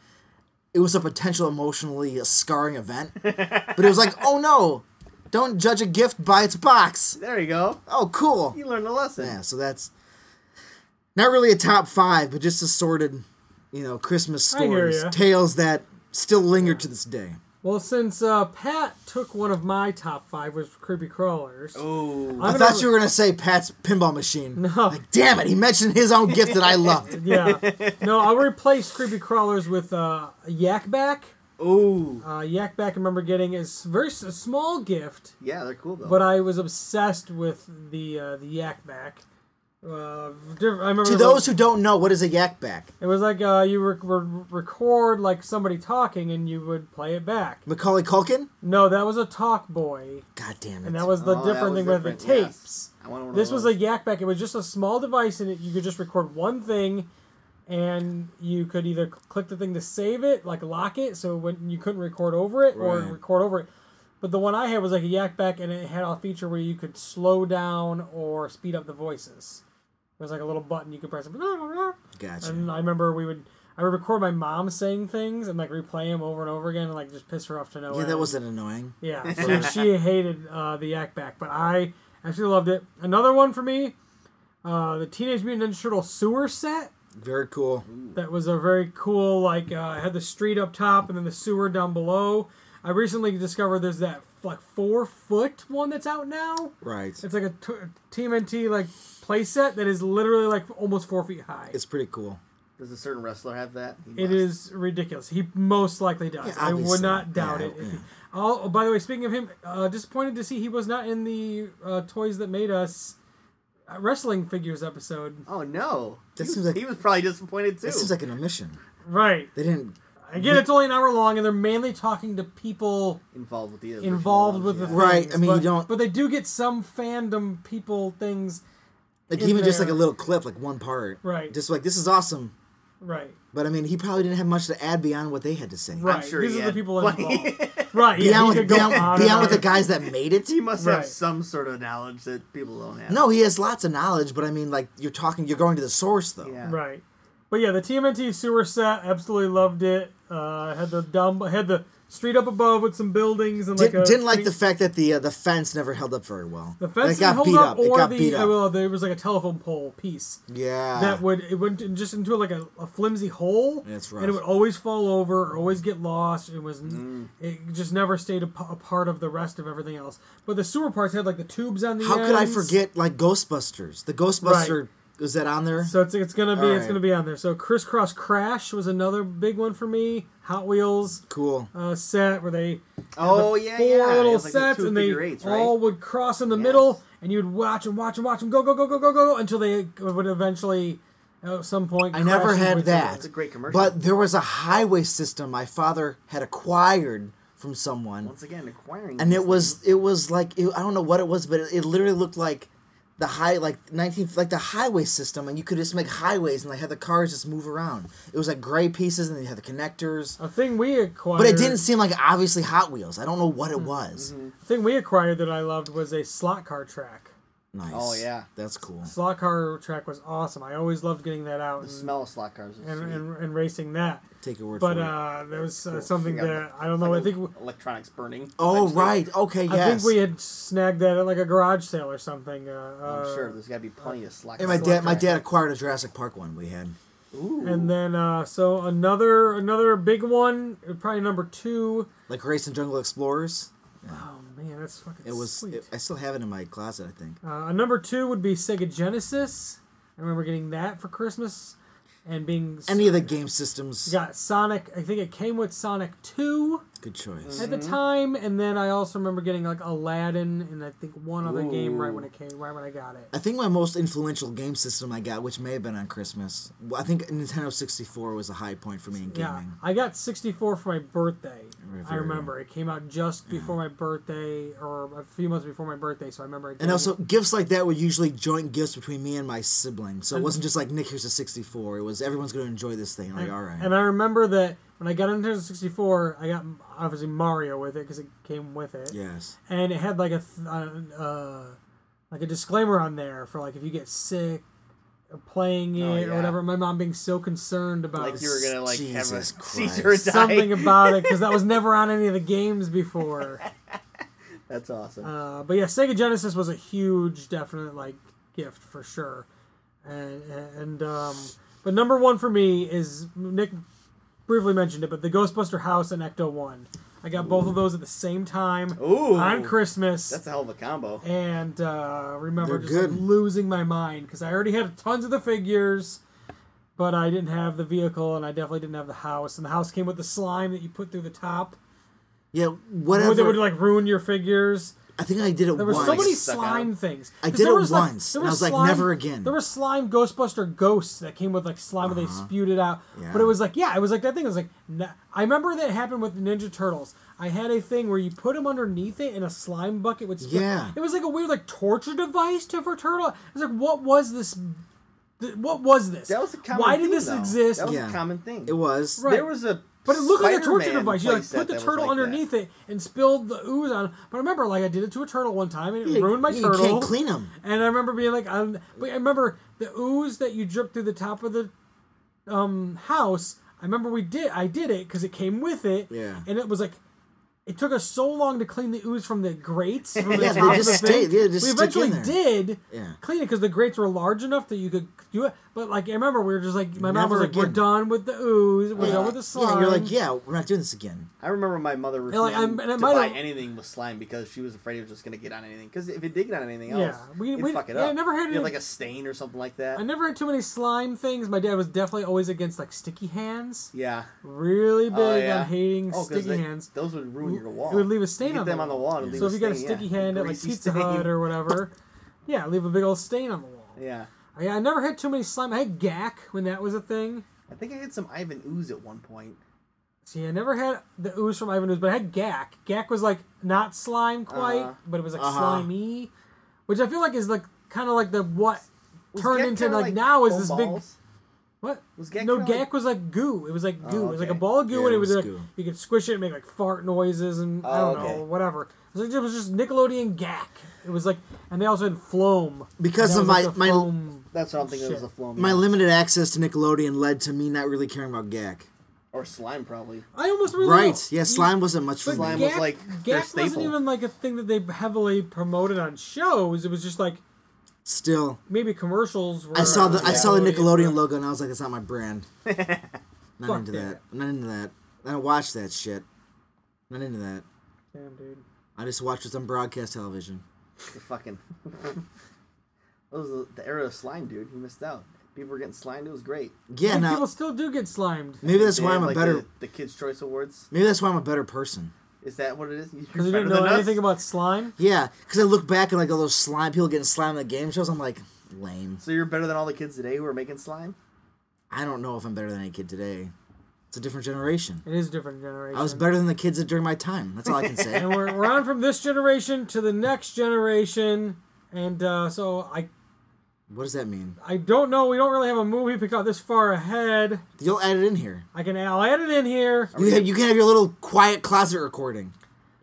Speaker 3: it was a potential emotionally scarring event. but it was like, oh no, don't judge a gift by its box.
Speaker 4: There you go.
Speaker 3: Oh, cool.
Speaker 4: You learned a lesson.
Speaker 3: Yeah, so that's not really a top five, but just assorted, you know, Christmas
Speaker 2: I hear
Speaker 3: stories,
Speaker 2: ya.
Speaker 3: tales that still linger to this day.
Speaker 2: Well, since uh, Pat took one of my top five, which was creepy crawlers.
Speaker 4: Oh,
Speaker 3: I
Speaker 2: I'm
Speaker 3: thought
Speaker 2: gonna-
Speaker 3: you were gonna say Pat's pinball machine.
Speaker 2: No.
Speaker 3: Like, damn it, he mentioned his own
Speaker 2: [LAUGHS]
Speaker 3: gift that I loved.
Speaker 2: yeah. No,
Speaker 3: [LAUGHS]
Speaker 2: I replaced creepy crawlers with uh, yak back.
Speaker 4: oh,
Speaker 2: Uh, yak back. I remember getting is very s- a small gift,
Speaker 4: yeah, they're cool though.
Speaker 2: but I was obsessed with the uh, the yak back. Uh, diff- I remember
Speaker 3: To
Speaker 2: like-
Speaker 3: those who don't know, what is a yak back?
Speaker 2: It was like uh, you rec- re- record like somebody talking and you would play it back.
Speaker 3: Macaulay Culkin?
Speaker 2: No, that was a talk boy,
Speaker 3: God damn it.
Speaker 2: and that was the
Speaker 4: Oh, that
Speaker 2: different
Speaker 4: was
Speaker 2: thing with the
Speaker 4: different, yes. Oh.
Speaker 2: tapes.
Speaker 4: I want one of
Speaker 2: This was a
Speaker 4: those.
Speaker 2: yak back. It was just a small device, and it, you could just record one thing, and you could either cl- click the thing to save it, like lock it, so when you couldn't record over it,
Speaker 3: Right.
Speaker 2: or record over it. But the one I had was like a yak back, and it had a feature where you could slow down or speed up the voices. There was like a little button you could press.
Speaker 3: Gotcha.
Speaker 2: And I remember we would. I would record my mom saying things and like replay them over and over again and like just piss her off to no
Speaker 3: yeah,
Speaker 2: end.
Speaker 3: that wasn't annoying. [LAUGHS]
Speaker 2: Yeah, so she hated uh, the Yak Back, but I absolutely loved it. Another one for me, uh, the Teenage Mutant Ninja Turtle sewer set.
Speaker 3: Very cool.
Speaker 2: That was a very cool. Like uh, it had the street up top and then the sewer down below. I recently discovered there's that like four foot one that's out now.
Speaker 3: Right.
Speaker 2: It's like a t- TMNT like playset that is literally like almost four feet high.
Speaker 3: It's pretty cool.
Speaker 4: Does a certain wrestler have that? He
Speaker 2: It
Speaker 4: must.
Speaker 2: is ridiculous. He most likely does.
Speaker 3: Yeah,
Speaker 2: I would
Speaker 3: obviously.
Speaker 2: not doubt
Speaker 3: Yeah,
Speaker 2: it.
Speaker 3: yeah.
Speaker 2: Oh, oh, by the way, speaking of him, uh, disappointed to see he was not in the uh, Toys That Made Us uh, wrestling figures episode.
Speaker 4: Oh no.
Speaker 3: That
Speaker 4: he,
Speaker 3: seems
Speaker 4: was-
Speaker 3: like-
Speaker 4: he was probably disappointed too.
Speaker 3: It seems like an omission.
Speaker 2: Right.
Speaker 3: They didn't.
Speaker 2: Again, it's only an hour long, and they're mainly talking to people
Speaker 4: involved with the original
Speaker 2: involved
Speaker 4: ones,
Speaker 2: with the
Speaker 4: yeah.
Speaker 2: things,
Speaker 3: Right, I mean, you
Speaker 2: but-
Speaker 3: don't-
Speaker 2: But they do get some fandom people things.
Speaker 3: Like,
Speaker 2: In
Speaker 3: even just like a
Speaker 2: there.
Speaker 3: little clip, like one part.
Speaker 2: Right.
Speaker 3: Just like, this is awesome.
Speaker 2: Right.
Speaker 3: But I mean, he probably didn't have much to add beyond what they had to say.
Speaker 2: Right.
Speaker 4: sure
Speaker 2: These
Speaker 4: he
Speaker 2: are the
Speaker 4: had
Speaker 2: people
Speaker 4: plenty.
Speaker 2: involved. right. Yeah.
Speaker 3: Beyond,
Speaker 2: he
Speaker 3: with,
Speaker 2: could go
Speaker 3: beyond,
Speaker 2: on and
Speaker 3: beyond with
Speaker 2: on.
Speaker 3: the guys that made it.
Speaker 4: He must have
Speaker 2: Right.
Speaker 4: some sort of knowledge that people don't have.
Speaker 3: No, he has lots of knowledge, but I mean, like you're talking, you're going to the source though.
Speaker 4: Yeah.
Speaker 2: Right. But yeah, the TMNT sewer set, absolutely loved it. Uh, had the dumb, had the street up above with some buildings and like
Speaker 3: Did,
Speaker 2: a,
Speaker 3: not didn't like the fact that the uh, the fence never held up very well.
Speaker 2: the fence
Speaker 3: it got
Speaker 2: hold
Speaker 3: beat
Speaker 2: up,
Speaker 3: up. It
Speaker 2: or
Speaker 3: got
Speaker 2: the
Speaker 3: beat
Speaker 2: uh,
Speaker 3: up.
Speaker 2: well, there was like a telephone pole piece
Speaker 3: Yeah.
Speaker 2: that would it went in- just into like a, a flimsy hole.
Speaker 3: That's
Speaker 2: And it
Speaker 3: rough. Mm.
Speaker 2: would always fall over, or always get lost. It was it just never stayed a, p- a part of the rest of everything else. But the sewer parts had like the tubes on the
Speaker 3: How could I
Speaker 2: ends.
Speaker 3: forget like Ghostbusters? The Ghostbuster was that on there?
Speaker 2: So it's, it's gonna be it's
Speaker 3: Alright.
Speaker 2: gonna be on there. So crisscross crash was another big one for me. Hot Wheels.
Speaker 3: cool.
Speaker 2: uh, set where they
Speaker 4: Oh
Speaker 2: the
Speaker 4: yeah,
Speaker 2: four
Speaker 4: yeah. It
Speaker 2: little
Speaker 4: was like the
Speaker 2: sets
Speaker 4: two
Speaker 2: and they
Speaker 4: figure eights, right?
Speaker 2: all would cross in the
Speaker 4: Yes.
Speaker 2: middle and you'd watch and watch and watch them go go go go go go go until they would eventually at some point
Speaker 3: I never
Speaker 2: crash
Speaker 3: had
Speaker 2: into
Speaker 3: that.
Speaker 4: It's a great commercial.
Speaker 3: But there was a highway system my father had acquired from someone,
Speaker 4: once again, acquiring
Speaker 3: and
Speaker 4: these
Speaker 3: it was it was like it, I don't know what it was, but it, it literally looked like the high like nineteen like the highway system, and you could just make highways and like had the cars just move around. It was like gray pieces, and they had the connectors.
Speaker 2: a thing we acquired
Speaker 3: But it didn't seem like obviously
Speaker 4: Hmm. Mm-hmm.
Speaker 3: Hot Wheels. I don't know what it was.
Speaker 2: the thing we acquired that I loved was a slot car track
Speaker 3: Nice.
Speaker 4: Oh, yeah.
Speaker 3: That's cool.
Speaker 2: Slot car track was awesome. I always loved getting that out
Speaker 4: The
Speaker 2: and,
Speaker 4: smell of slot cars. Is
Speaker 2: and,
Speaker 4: sweet.
Speaker 2: and, and racing that.
Speaker 3: Take your word
Speaker 2: But
Speaker 3: for it.
Speaker 2: uh, there was uh,
Speaker 4: Cool.
Speaker 2: something
Speaker 4: Forgot
Speaker 2: that
Speaker 4: about
Speaker 2: I don't know. I
Speaker 4: Like
Speaker 2: think
Speaker 4: electronics burning.
Speaker 3: Oh
Speaker 4: essentially.
Speaker 3: right. Okay. Yes.
Speaker 2: I think we had snagged that at like a garage sale or something. Uh,
Speaker 4: I'm
Speaker 2: uh,
Speaker 4: sure there's got to be plenty of slot.
Speaker 3: And my
Speaker 4: slot
Speaker 3: dad, my
Speaker 4: tracks.
Speaker 3: dad acquired a Jurassic Park one. We had.
Speaker 4: Ooh.
Speaker 2: And then uh, so another another big one, probably number two.
Speaker 3: Like Race and Jungle Explorers.
Speaker 2: Oh man, that's fucking.
Speaker 3: It was.
Speaker 2: sweet.
Speaker 3: It, I still have it in my closet. I think.
Speaker 2: Uh, number two would be Sega Genesis. I remember getting that for Christmas, and being
Speaker 3: Any of the game systems.
Speaker 2: got Sonic. I think it came with Sonic Two
Speaker 3: Good choice.
Speaker 2: at the time, and then I also remember getting like Aladdin and I think one other game right when
Speaker 4: Ooh.
Speaker 2: it came, right when I got it.
Speaker 3: I think my most influential game system I got, which may have been on Christmas. Well, I think Nintendo 64 was a high point for me in gaming.
Speaker 2: Yeah, I got 64 for my birthday.
Speaker 3: Very
Speaker 2: I
Speaker 3: well.
Speaker 2: remember it came out just before my birthday, or a few months before my birthday. So I remember.
Speaker 3: And
Speaker 2: getting
Speaker 3: also,
Speaker 2: it.
Speaker 3: gifts like that were usually joint gifts between me and my siblings. So it wasn't just like, Nick, here's a 64. It was, everyone's going to enjoy this thing. Like, all
Speaker 4: eh?
Speaker 3: right.
Speaker 2: And I remember that when I got into 64, I got obviously Mario with it because it came with it.
Speaker 3: yes.
Speaker 2: and it had like a th- uh, uh, like a disclaimer on there for like if you get sick of playing it
Speaker 4: Oh,
Speaker 2: or
Speaker 4: yeah.
Speaker 2: whatever. My mom being so concerned about
Speaker 4: Like you were gonna like have a
Speaker 3: Jesus
Speaker 4: seizure or
Speaker 3: Christ.
Speaker 4: die.
Speaker 2: uh, something about it because that
Speaker 4: [LAUGHS]
Speaker 2: was never on any of the games before.
Speaker 4: That's awesome.
Speaker 2: Uh, but yeah, Sega Genesis was a huge, definite like gift for sure. And and um, but number one for me is Nick briefly mentioned it, but the Ghostbuster House and Ecto One. I got both of those at the same time
Speaker 4: Ooh.
Speaker 2: on Christmas.
Speaker 4: That's a hell of a combo.
Speaker 2: and uh, remember
Speaker 3: They're
Speaker 2: just like,
Speaker 3: good.
Speaker 2: losing my mind because I already had tons of the figures, but I didn't have the vehicle and I definitely didn't have the house. And the house came with the slime that you put through the top.
Speaker 3: Yeah,
Speaker 2: Whatever.
Speaker 3: whatever.
Speaker 2: That would like ruin your figures.
Speaker 3: I think I did it
Speaker 2: There were
Speaker 3: once.
Speaker 2: so many
Speaker 4: Suck
Speaker 2: slime things.
Speaker 3: I
Speaker 2: 'Cause
Speaker 3: did
Speaker 2: there
Speaker 3: it
Speaker 2: was, like-
Speaker 3: once,
Speaker 2: there
Speaker 3: and I
Speaker 2: was
Speaker 3: was like,
Speaker 2: slime-
Speaker 3: never again. Uh-huh.
Speaker 2: There were slime Ghostbuster ghosts that came with like slime and they spewed it out. But
Speaker 3: Yeah.
Speaker 2: it was like, yeah, it was like that thing. It was like, na- I remember that happened with Ninja Turtles. I had a thing where you put them underneath it in a slime bucket with.
Speaker 3: Yeah.
Speaker 2: It was like a weird like torture device to for turtle. It's like, what was this? th- What was this?
Speaker 4: That was a common
Speaker 2: Why did
Speaker 4: theme,
Speaker 2: this
Speaker 4: though.
Speaker 2: exist?
Speaker 4: That was
Speaker 3: Yeah.
Speaker 4: a common thing.
Speaker 3: It was.
Speaker 2: Right.
Speaker 4: There was a
Speaker 2: But it looked like a torture
Speaker 4: Spider-Man
Speaker 2: device. You like
Speaker 4: playset
Speaker 2: put the
Speaker 4: that was
Speaker 2: turtle
Speaker 4: like that.
Speaker 2: underneath it and spilled the ooze on. But I remember, like, I did it to a turtle one time and it
Speaker 3: You-
Speaker 2: ruined my
Speaker 3: you
Speaker 2: turtle.
Speaker 3: can't clean them.
Speaker 2: And I remember being like, I'm, but I remember the ooze that you dripped through the top of the um, house. I remember we did, I did it because it came with it.
Speaker 3: Yeah.
Speaker 2: And it was like, it took us so long to clean the ooze from the
Speaker 3: [LAUGHS]
Speaker 2: grates. From the
Speaker 3: Yeah, they
Speaker 2: top of
Speaker 3: just
Speaker 2: the thing.
Speaker 3: stayed- yeah, they just
Speaker 2: we
Speaker 3: stick in
Speaker 2: eventually
Speaker 3: there.
Speaker 2: did
Speaker 3: Yeah.
Speaker 2: clean it because the grates were large enough that you could do it. But like, I remember we were just like, my mom was
Speaker 3: Never
Speaker 2: like, we're
Speaker 3: again.
Speaker 2: done with the ooze. We're
Speaker 4: Yeah.
Speaker 2: done with the slime.
Speaker 3: Yeah, you're like, yeah, we're not doing this again.
Speaker 4: I remember my mother
Speaker 2: Yeah, like,
Speaker 4: refusing
Speaker 2: I'm- and I
Speaker 4: to
Speaker 2: might
Speaker 4: buy
Speaker 2: have-
Speaker 4: anything with slime because she was afraid it was just going to get on anything. Because if it did get on anything
Speaker 2: Yeah,
Speaker 4: else,
Speaker 2: we-
Speaker 4: it'd
Speaker 2: we-
Speaker 4: fuck it
Speaker 2: yeah, I
Speaker 4: up.
Speaker 2: never had
Speaker 4: You'd have,
Speaker 2: any-
Speaker 4: like a stain or something like that.
Speaker 2: I never had too many slime things. My dad was definitely always against like sticky hands.
Speaker 4: yeah.
Speaker 2: Really big
Speaker 4: Oh, yeah.
Speaker 2: on hating
Speaker 4: 'cause
Speaker 2: sticky
Speaker 4: they-
Speaker 2: hands.
Speaker 4: Those would ruin your wall.
Speaker 2: It would leave a stain
Speaker 4: You get
Speaker 2: on
Speaker 4: them
Speaker 2: the
Speaker 4: on the wall. it'd
Speaker 3: Yeah.
Speaker 4: leave
Speaker 2: So if you got a
Speaker 4: stain,
Speaker 2: sticky
Speaker 4: yeah.
Speaker 2: hand at like
Speaker 4: greasy
Speaker 2: Pizza
Speaker 4: stain.
Speaker 2: Hut or whatever, yeah, leave a big old stain on the wall.
Speaker 4: [LAUGHS] yeah,
Speaker 2: I, I never had too many slime. I had gack when that was a thing.
Speaker 4: I think I had some Ivan ooze at one point.
Speaker 2: See, I never had the ooze from Ivan Ooze, but I had gack. Gack was like not slime quite,
Speaker 4: Uh-huh.
Speaker 2: but it was like
Speaker 3: Uh-huh.
Speaker 2: slimy, which I feel like is like kind of like the what
Speaker 4: Was
Speaker 2: turned
Speaker 4: Gek
Speaker 2: into
Speaker 4: kinda
Speaker 2: like, now is
Speaker 4: foam
Speaker 2: this big
Speaker 4: balls?
Speaker 2: What
Speaker 4: Was Gek
Speaker 2: No,
Speaker 4: kinda
Speaker 2: Gek
Speaker 4: like- Oh,
Speaker 2: was like goo. It was like goo. It was like a
Speaker 4: okay.
Speaker 2: ball of goo,
Speaker 3: Yeah,
Speaker 2: and
Speaker 3: it
Speaker 2: it was,
Speaker 3: was
Speaker 2: like
Speaker 3: goo.
Speaker 2: you could squish it and make like fart noises and I
Speaker 4: Oh,
Speaker 2: don't
Speaker 4: okay.
Speaker 2: know whatever. It was, like, it was just Nickelodeon Gak. It was like, and they also had Floam
Speaker 3: Because
Speaker 2: And
Speaker 3: of
Speaker 2: that was,
Speaker 3: my-
Speaker 2: the
Speaker 3: my-
Speaker 2: Floam-
Speaker 4: That's what I'm thinking. It was
Speaker 2: Shit.
Speaker 4: a phloem
Speaker 3: My limited access to Nickelodeon led to me not really caring about Gak.
Speaker 4: or slime probably.
Speaker 2: I almost really
Speaker 3: Right.
Speaker 2: don't-
Speaker 3: Yeah,
Speaker 2: you-
Speaker 3: slime wasn't much for
Speaker 2: but
Speaker 4: slime
Speaker 3: me.
Speaker 4: was
Speaker 2: Gak-
Speaker 4: like
Speaker 2: Gak
Speaker 4: their
Speaker 2: wasn't
Speaker 4: staple.
Speaker 2: even like a thing that they heavily promoted on shows. It was just like
Speaker 3: Still,
Speaker 2: maybe commercials. Were
Speaker 3: I saw the I saw the
Speaker 2: Yeah.
Speaker 3: Nickelodeon logo and I was like, that's not
Speaker 2: [LAUGHS]
Speaker 3: my brand. Not
Speaker 2: Fuck
Speaker 3: into
Speaker 2: yeah.
Speaker 3: that. Not into that. I don't watch that shit. Not into that.
Speaker 2: Damn, dude.
Speaker 3: I just watch what's on broadcast television.
Speaker 4: The fucking. [LAUGHS] that was the, the era of slime, dude. You missed out. People were getting slimed. It was great.
Speaker 3: Yeah,
Speaker 2: And
Speaker 3: now
Speaker 2: people still do get slimed.
Speaker 3: maybe that's
Speaker 4: They
Speaker 3: why
Speaker 4: had,
Speaker 3: I'm a
Speaker 4: like,
Speaker 3: better
Speaker 4: The, the Kids Choice Awards.
Speaker 3: maybe that's why I'm a better person.
Speaker 4: Is that what it is?
Speaker 3: [LAUGHS]
Speaker 2: Because you didn't know anything about slime.
Speaker 3: Yeah, because I look back and like all those slime people getting slimed at game shows, I'm like, lame.
Speaker 4: So you're better than all the kids today who are making slime.
Speaker 3: I don't know if I'm better than any kid today. It's a different generation.
Speaker 2: It is a different generation.
Speaker 3: I was better than the kids during my time. That's all I can say.
Speaker 2: [LAUGHS] and we're, we're on from this generation to the next generation and uh, so I
Speaker 3: what does that mean?
Speaker 2: I don't know we don't really have a movie picked out this far ahead
Speaker 3: You'll add it in here.
Speaker 2: I can I'll add it in here
Speaker 3: You, have, you can have your little quiet closet recording.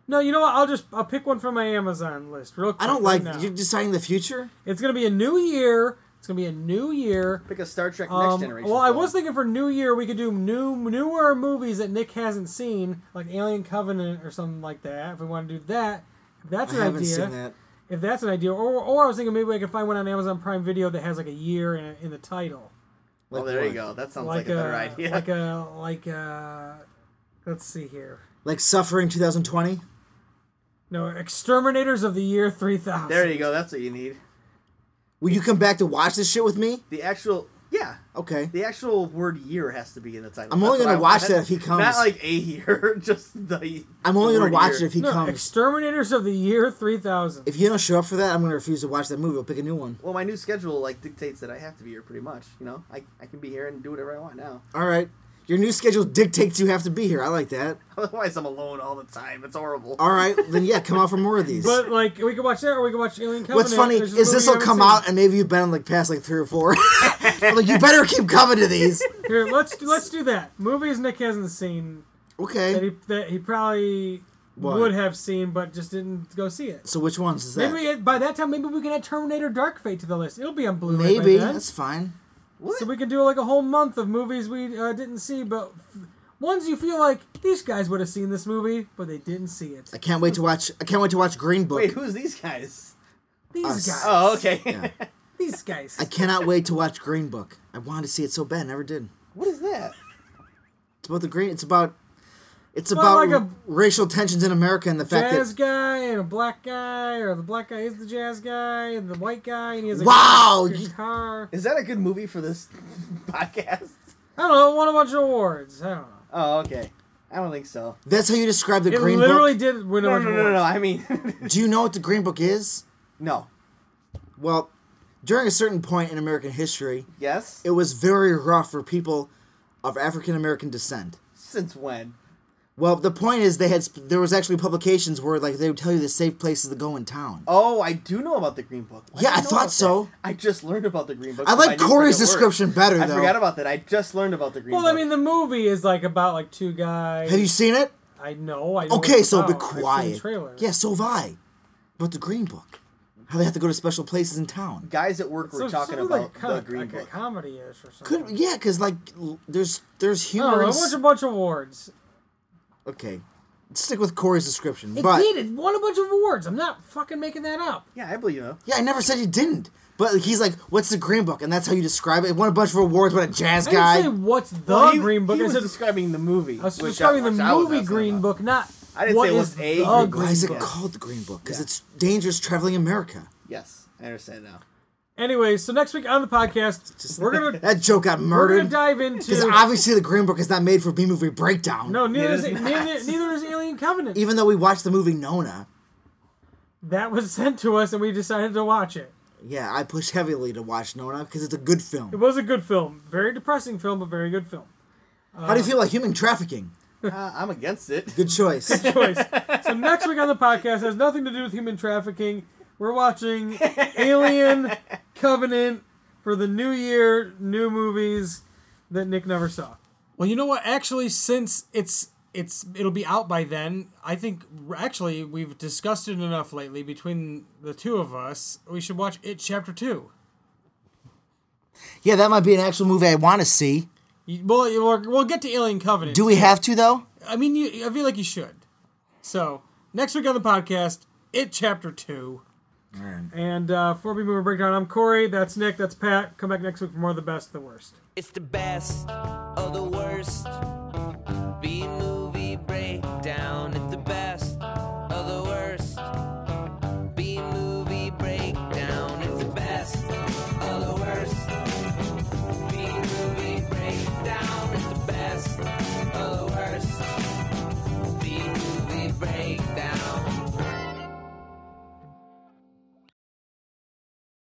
Speaker 2: No, you know what? I'll just I'll pick one from my Amazon list real quick.
Speaker 3: I don't
Speaker 2: right
Speaker 3: like
Speaker 2: now.
Speaker 3: you're deciding the future.
Speaker 2: It's gonna be a new year. It's gonna be a new year.
Speaker 4: Pick a Star Trek
Speaker 2: Um,
Speaker 4: Next Generation.
Speaker 2: well, I
Speaker 4: film.
Speaker 2: was thinking for New Year we could do new newer movies that Nick hasn't seen, like Alien Covenant or something like that. If we want to do that, if that's
Speaker 3: I
Speaker 2: an
Speaker 3: haven't
Speaker 2: idea.
Speaker 3: seen that.
Speaker 2: If that's an idea, or or I was thinking maybe I could find one on Amazon Prime Video that has like a year in, in the title,
Speaker 4: Oh, there you
Speaker 3: what?
Speaker 4: go. That sounds like, a better idea.
Speaker 2: like a like a. Let's see here.
Speaker 3: Like suffering 2020.
Speaker 2: No, Exterminators of the Year three thousand.
Speaker 4: [LAUGHS] there you go. That's what you need.
Speaker 3: Will you come back to watch this shit with me?
Speaker 4: The actual, yeah, Oh,
Speaker 3: Okay.
Speaker 4: the actual word year has to be in the title.
Speaker 3: I'm only
Speaker 4: That's what
Speaker 3: gonna
Speaker 4: I
Speaker 3: watch
Speaker 4: want.
Speaker 3: that if he comes.
Speaker 4: [LAUGHS] Not like a year, [LAUGHS] just the.
Speaker 3: I'm only
Speaker 4: the
Speaker 3: gonna
Speaker 4: word
Speaker 3: watch
Speaker 4: year.
Speaker 3: it if he
Speaker 2: No,
Speaker 3: comes.
Speaker 2: Exterminators of the Year three thousand.
Speaker 3: if you don't show up for that, I'm gonna refuse to watch that movie. I'll pick a new one.
Speaker 4: Well, my new schedule like dictates that I have to be here pretty much. You know, I, I can be here and do whatever I want now. [LAUGHS]
Speaker 3: All right. Your new schedule dictates you have to be here. I like that.
Speaker 4: Otherwise, I'm alone all the time. It's horrible.
Speaker 3: All right. then yeah, come out for more of these.
Speaker 2: But like we could watch that, or we could watch Alien Covenant.
Speaker 3: What's funny
Speaker 2: There's a
Speaker 3: is
Speaker 2: movie
Speaker 3: this
Speaker 2: you
Speaker 3: will
Speaker 2: haven't
Speaker 3: come
Speaker 2: seen.
Speaker 3: out, and maybe you've been on like past like three or four. [LAUGHS] I'm like you better keep coming to
Speaker 2: [LAUGHS]
Speaker 3: these.
Speaker 2: Here, let's do, let's do that. Movies Nick hasn't seen that
Speaker 3: Okay.
Speaker 2: he that he probably
Speaker 3: What?
Speaker 2: would have seen, but just didn't go see it.
Speaker 3: So which ones is that?
Speaker 2: Maybe it, by that time, maybe we can add Terminator Dark Fate to the list. It'll be on Blu-ray
Speaker 3: Maybe
Speaker 2: by then.
Speaker 3: that's fine.
Speaker 4: What?
Speaker 2: So we can do like a whole month of movies we uh, didn't see, but f- ones you feel like these guys would have seen this movie, but they didn't see it.
Speaker 3: I can't wait to watch. I can't wait to watch Green Book.
Speaker 4: Wait, who's these guys?
Speaker 2: These
Speaker 3: Us.
Speaker 2: guys.
Speaker 4: Oh, okay.
Speaker 2: These guys.
Speaker 3: I cannot wait to watch Green Book. I wanted to see it so bad, I never did.
Speaker 4: what is that?
Speaker 3: It's about the green. It's about. It's
Speaker 2: Well,
Speaker 3: about
Speaker 2: like
Speaker 3: r-
Speaker 2: a-
Speaker 3: racial tensions in America and the fact
Speaker 2: jazz
Speaker 3: that.
Speaker 2: guy and a black guy, or the black guy is the jazz guy, and the white guy, and he has a [LAUGHS]
Speaker 3: Wow, you-
Speaker 2: car.
Speaker 4: Is that a good movie for this [LAUGHS] podcast?
Speaker 2: I don't know. Won a bunch of awards. I don't know.
Speaker 4: Oh, okay. I don't think so.
Speaker 3: That's how you describe the
Speaker 2: It
Speaker 3: Green
Speaker 2: literally
Speaker 3: Book.
Speaker 2: did win a
Speaker 4: No,
Speaker 2: bunch
Speaker 4: no,
Speaker 2: of
Speaker 4: no, no. no.
Speaker 2: awards.
Speaker 4: I mean, [LAUGHS]
Speaker 3: Do you know what the Green Book is?
Speaker 4: no.
Speaker 3: Well, during a certain point in American history,
Speaker 4: Yes.
Speaker 3: it was very rough for people of African American descent.
Speaker 4: Since when?
Speaker 3: Well, the point is they had sp- there was actually publications where like they would tell you the safe places to go in town.
Speaker 4: Oh, I do know about the Green Book. Why
Speaker 3: Yeah,
Speaker 4: did
Speaker 3: I
Speaker 4: know
Speaker 3: thought
Speaker 4: about
Speaker 3: so.
Speaker 4: that? I just learned about the Green Book.
Speaker 3: I
Speaker 4: from
Speaker 3: like
Speaker 4: my newspaper
Speaker 3: Corey's
Speaker 4: at work.
Speaker 3: description better
Speaker 4: I
Speaker 3: though.
Speaker 4: forgot about that. I just learned about the Green
Speaker 2: Well,
Speaker 4: Book.
Speaker 2: I mean, the movie is like about like two guys.
Speaker 3: Have you seen it?
Speaker 2: I know. I know what
Speaker 3: Okay,
Speaker 2: it's
Speaker 3: so be
Speaker 2: about. I've seen the
Speaker 3: quiet.
Speaker 2: trailer.
Speaker 3: Yeah, so have I. But the Green Book. How they have to go to special places in town.
Speaker 4: guys at work
Speaker 2: So
Speaker 4: were talking
Speaker 2: something
Speaker 4: about
Speaker 2: like kind
Speaker 4: the
Speaker 2: of
Speaker 4: Green
Speaker 2: like
Speaker 4: Book.
Speaker 2: a comedy ish or something.
Speaker 3: Could yeah, because like l- there's there's
Speaker 2: Oh, I don't
Speaker 3: humor.
Speaker 2: know.
Speaker 3: in
Speaker 2: It
Speaker 3: s-
Speaker 2: won a bunch of awards.
Speaker 3: Okay, stick with Corey's description.
Speaker 2: It
Speaker 3: but
Speaker 2: did. It won a bunch of awards. I'm not fucking making that up.
Speaker 4: yeah, I believe you.
Speaker 3: yeah, I never said you didn't. But like, he's like, "What's the Green Book?" And that's how you describe it. It won a bunch of awards. What a jazz
Speaker 2: I
Speaker 3: guy.
Speaker 2: didn't say what's the
Speaker 4: Well, he-
Speaker 2: Green Book.
Speaker 4: He
Speaker 2: I
Speaker 4: was
Speaker 2: said
Speaker 4: describing the movie.
Speaker 2: I was
Speaker 4: which
Speaker 2: describing
Speaker 4: which
Speaker 2: the
Speaker 4: I was
Speaker 2: movie
Speaker 4: asking
Speaker 2: Green
Speaker 4: about.
Speaker 2: Book, not
Speaker 4: I didn't
Speaker 2: what
Speaker 4: say it
Speaker 2: is
Speaker 4: was a
Speaker 2: the
Speaker 4: Green
Speaker 3: Why
Speaker 2: Green
Speaker 3: is it
Speaker 2: Book.
Speaker 3: called the Green Book? Because it's dangerous traveling America.
Speaker 4: Yes, I understand now.
Speaker 2: Anyway, so next week on the
Speaker 3: [LAUGHS]
Speaker 2: podcast, we're gonna
Speaker 3: That joke got
Speaker 2: we're gonna
Speaker 3: murdered.
Speaker 2: dive into
Speaker 3: Because obviously the Green Book is not made for B movie breakdown.
Speaker 2: No, neither is
Speaker 4: Neither is
Speaker 2: neither,
Speaker 4: Max.
Speaker 2: neither is Alien Covenant.
Speaker 3: Even though we watched the movie Nona,
Speaker 2: That was [LAUGHS] sent to us, and we decided to watch it.
Speaker 3: yeah, I pushed heavily to watch Nona because it's a good
Speaker 2: It
Speaker 3: film.
Speaker 2: was a good film, very depressing film, but very good film.
Speaker 3: How do you feel about human trafficking?
Speaker 4: Uh, I'm against it. [LAUGHS]
Speaker 3: Good choice.
Speaker 2: Choice. so next week on the podcast has nothing to do with human trafficking. We're watching Alien Covenant for the new year, new movies that Nick never saw. Well, you know what? Actually, since it's it's it'll be out by then, I think actually we've discussed it enough lately between the two of us. We should watch It Chapter Two.
Speaker 3: [LAUGHS] yeah, that might be an actual movie I want to see.
Speaker 2: You- Well, you- we'll we'll get to Alien Covenant.
Speaker 3: Do we have to though?
Speaker 2: I mean, you, I feel like you should. So next week on the podcast, it chapter two. And uh, for Be Mover Breakdown, I'm Corey. That's Nick. That's Pat. Come back next week for more of the best, the worst.
Speaker 1: It's the best of the worst.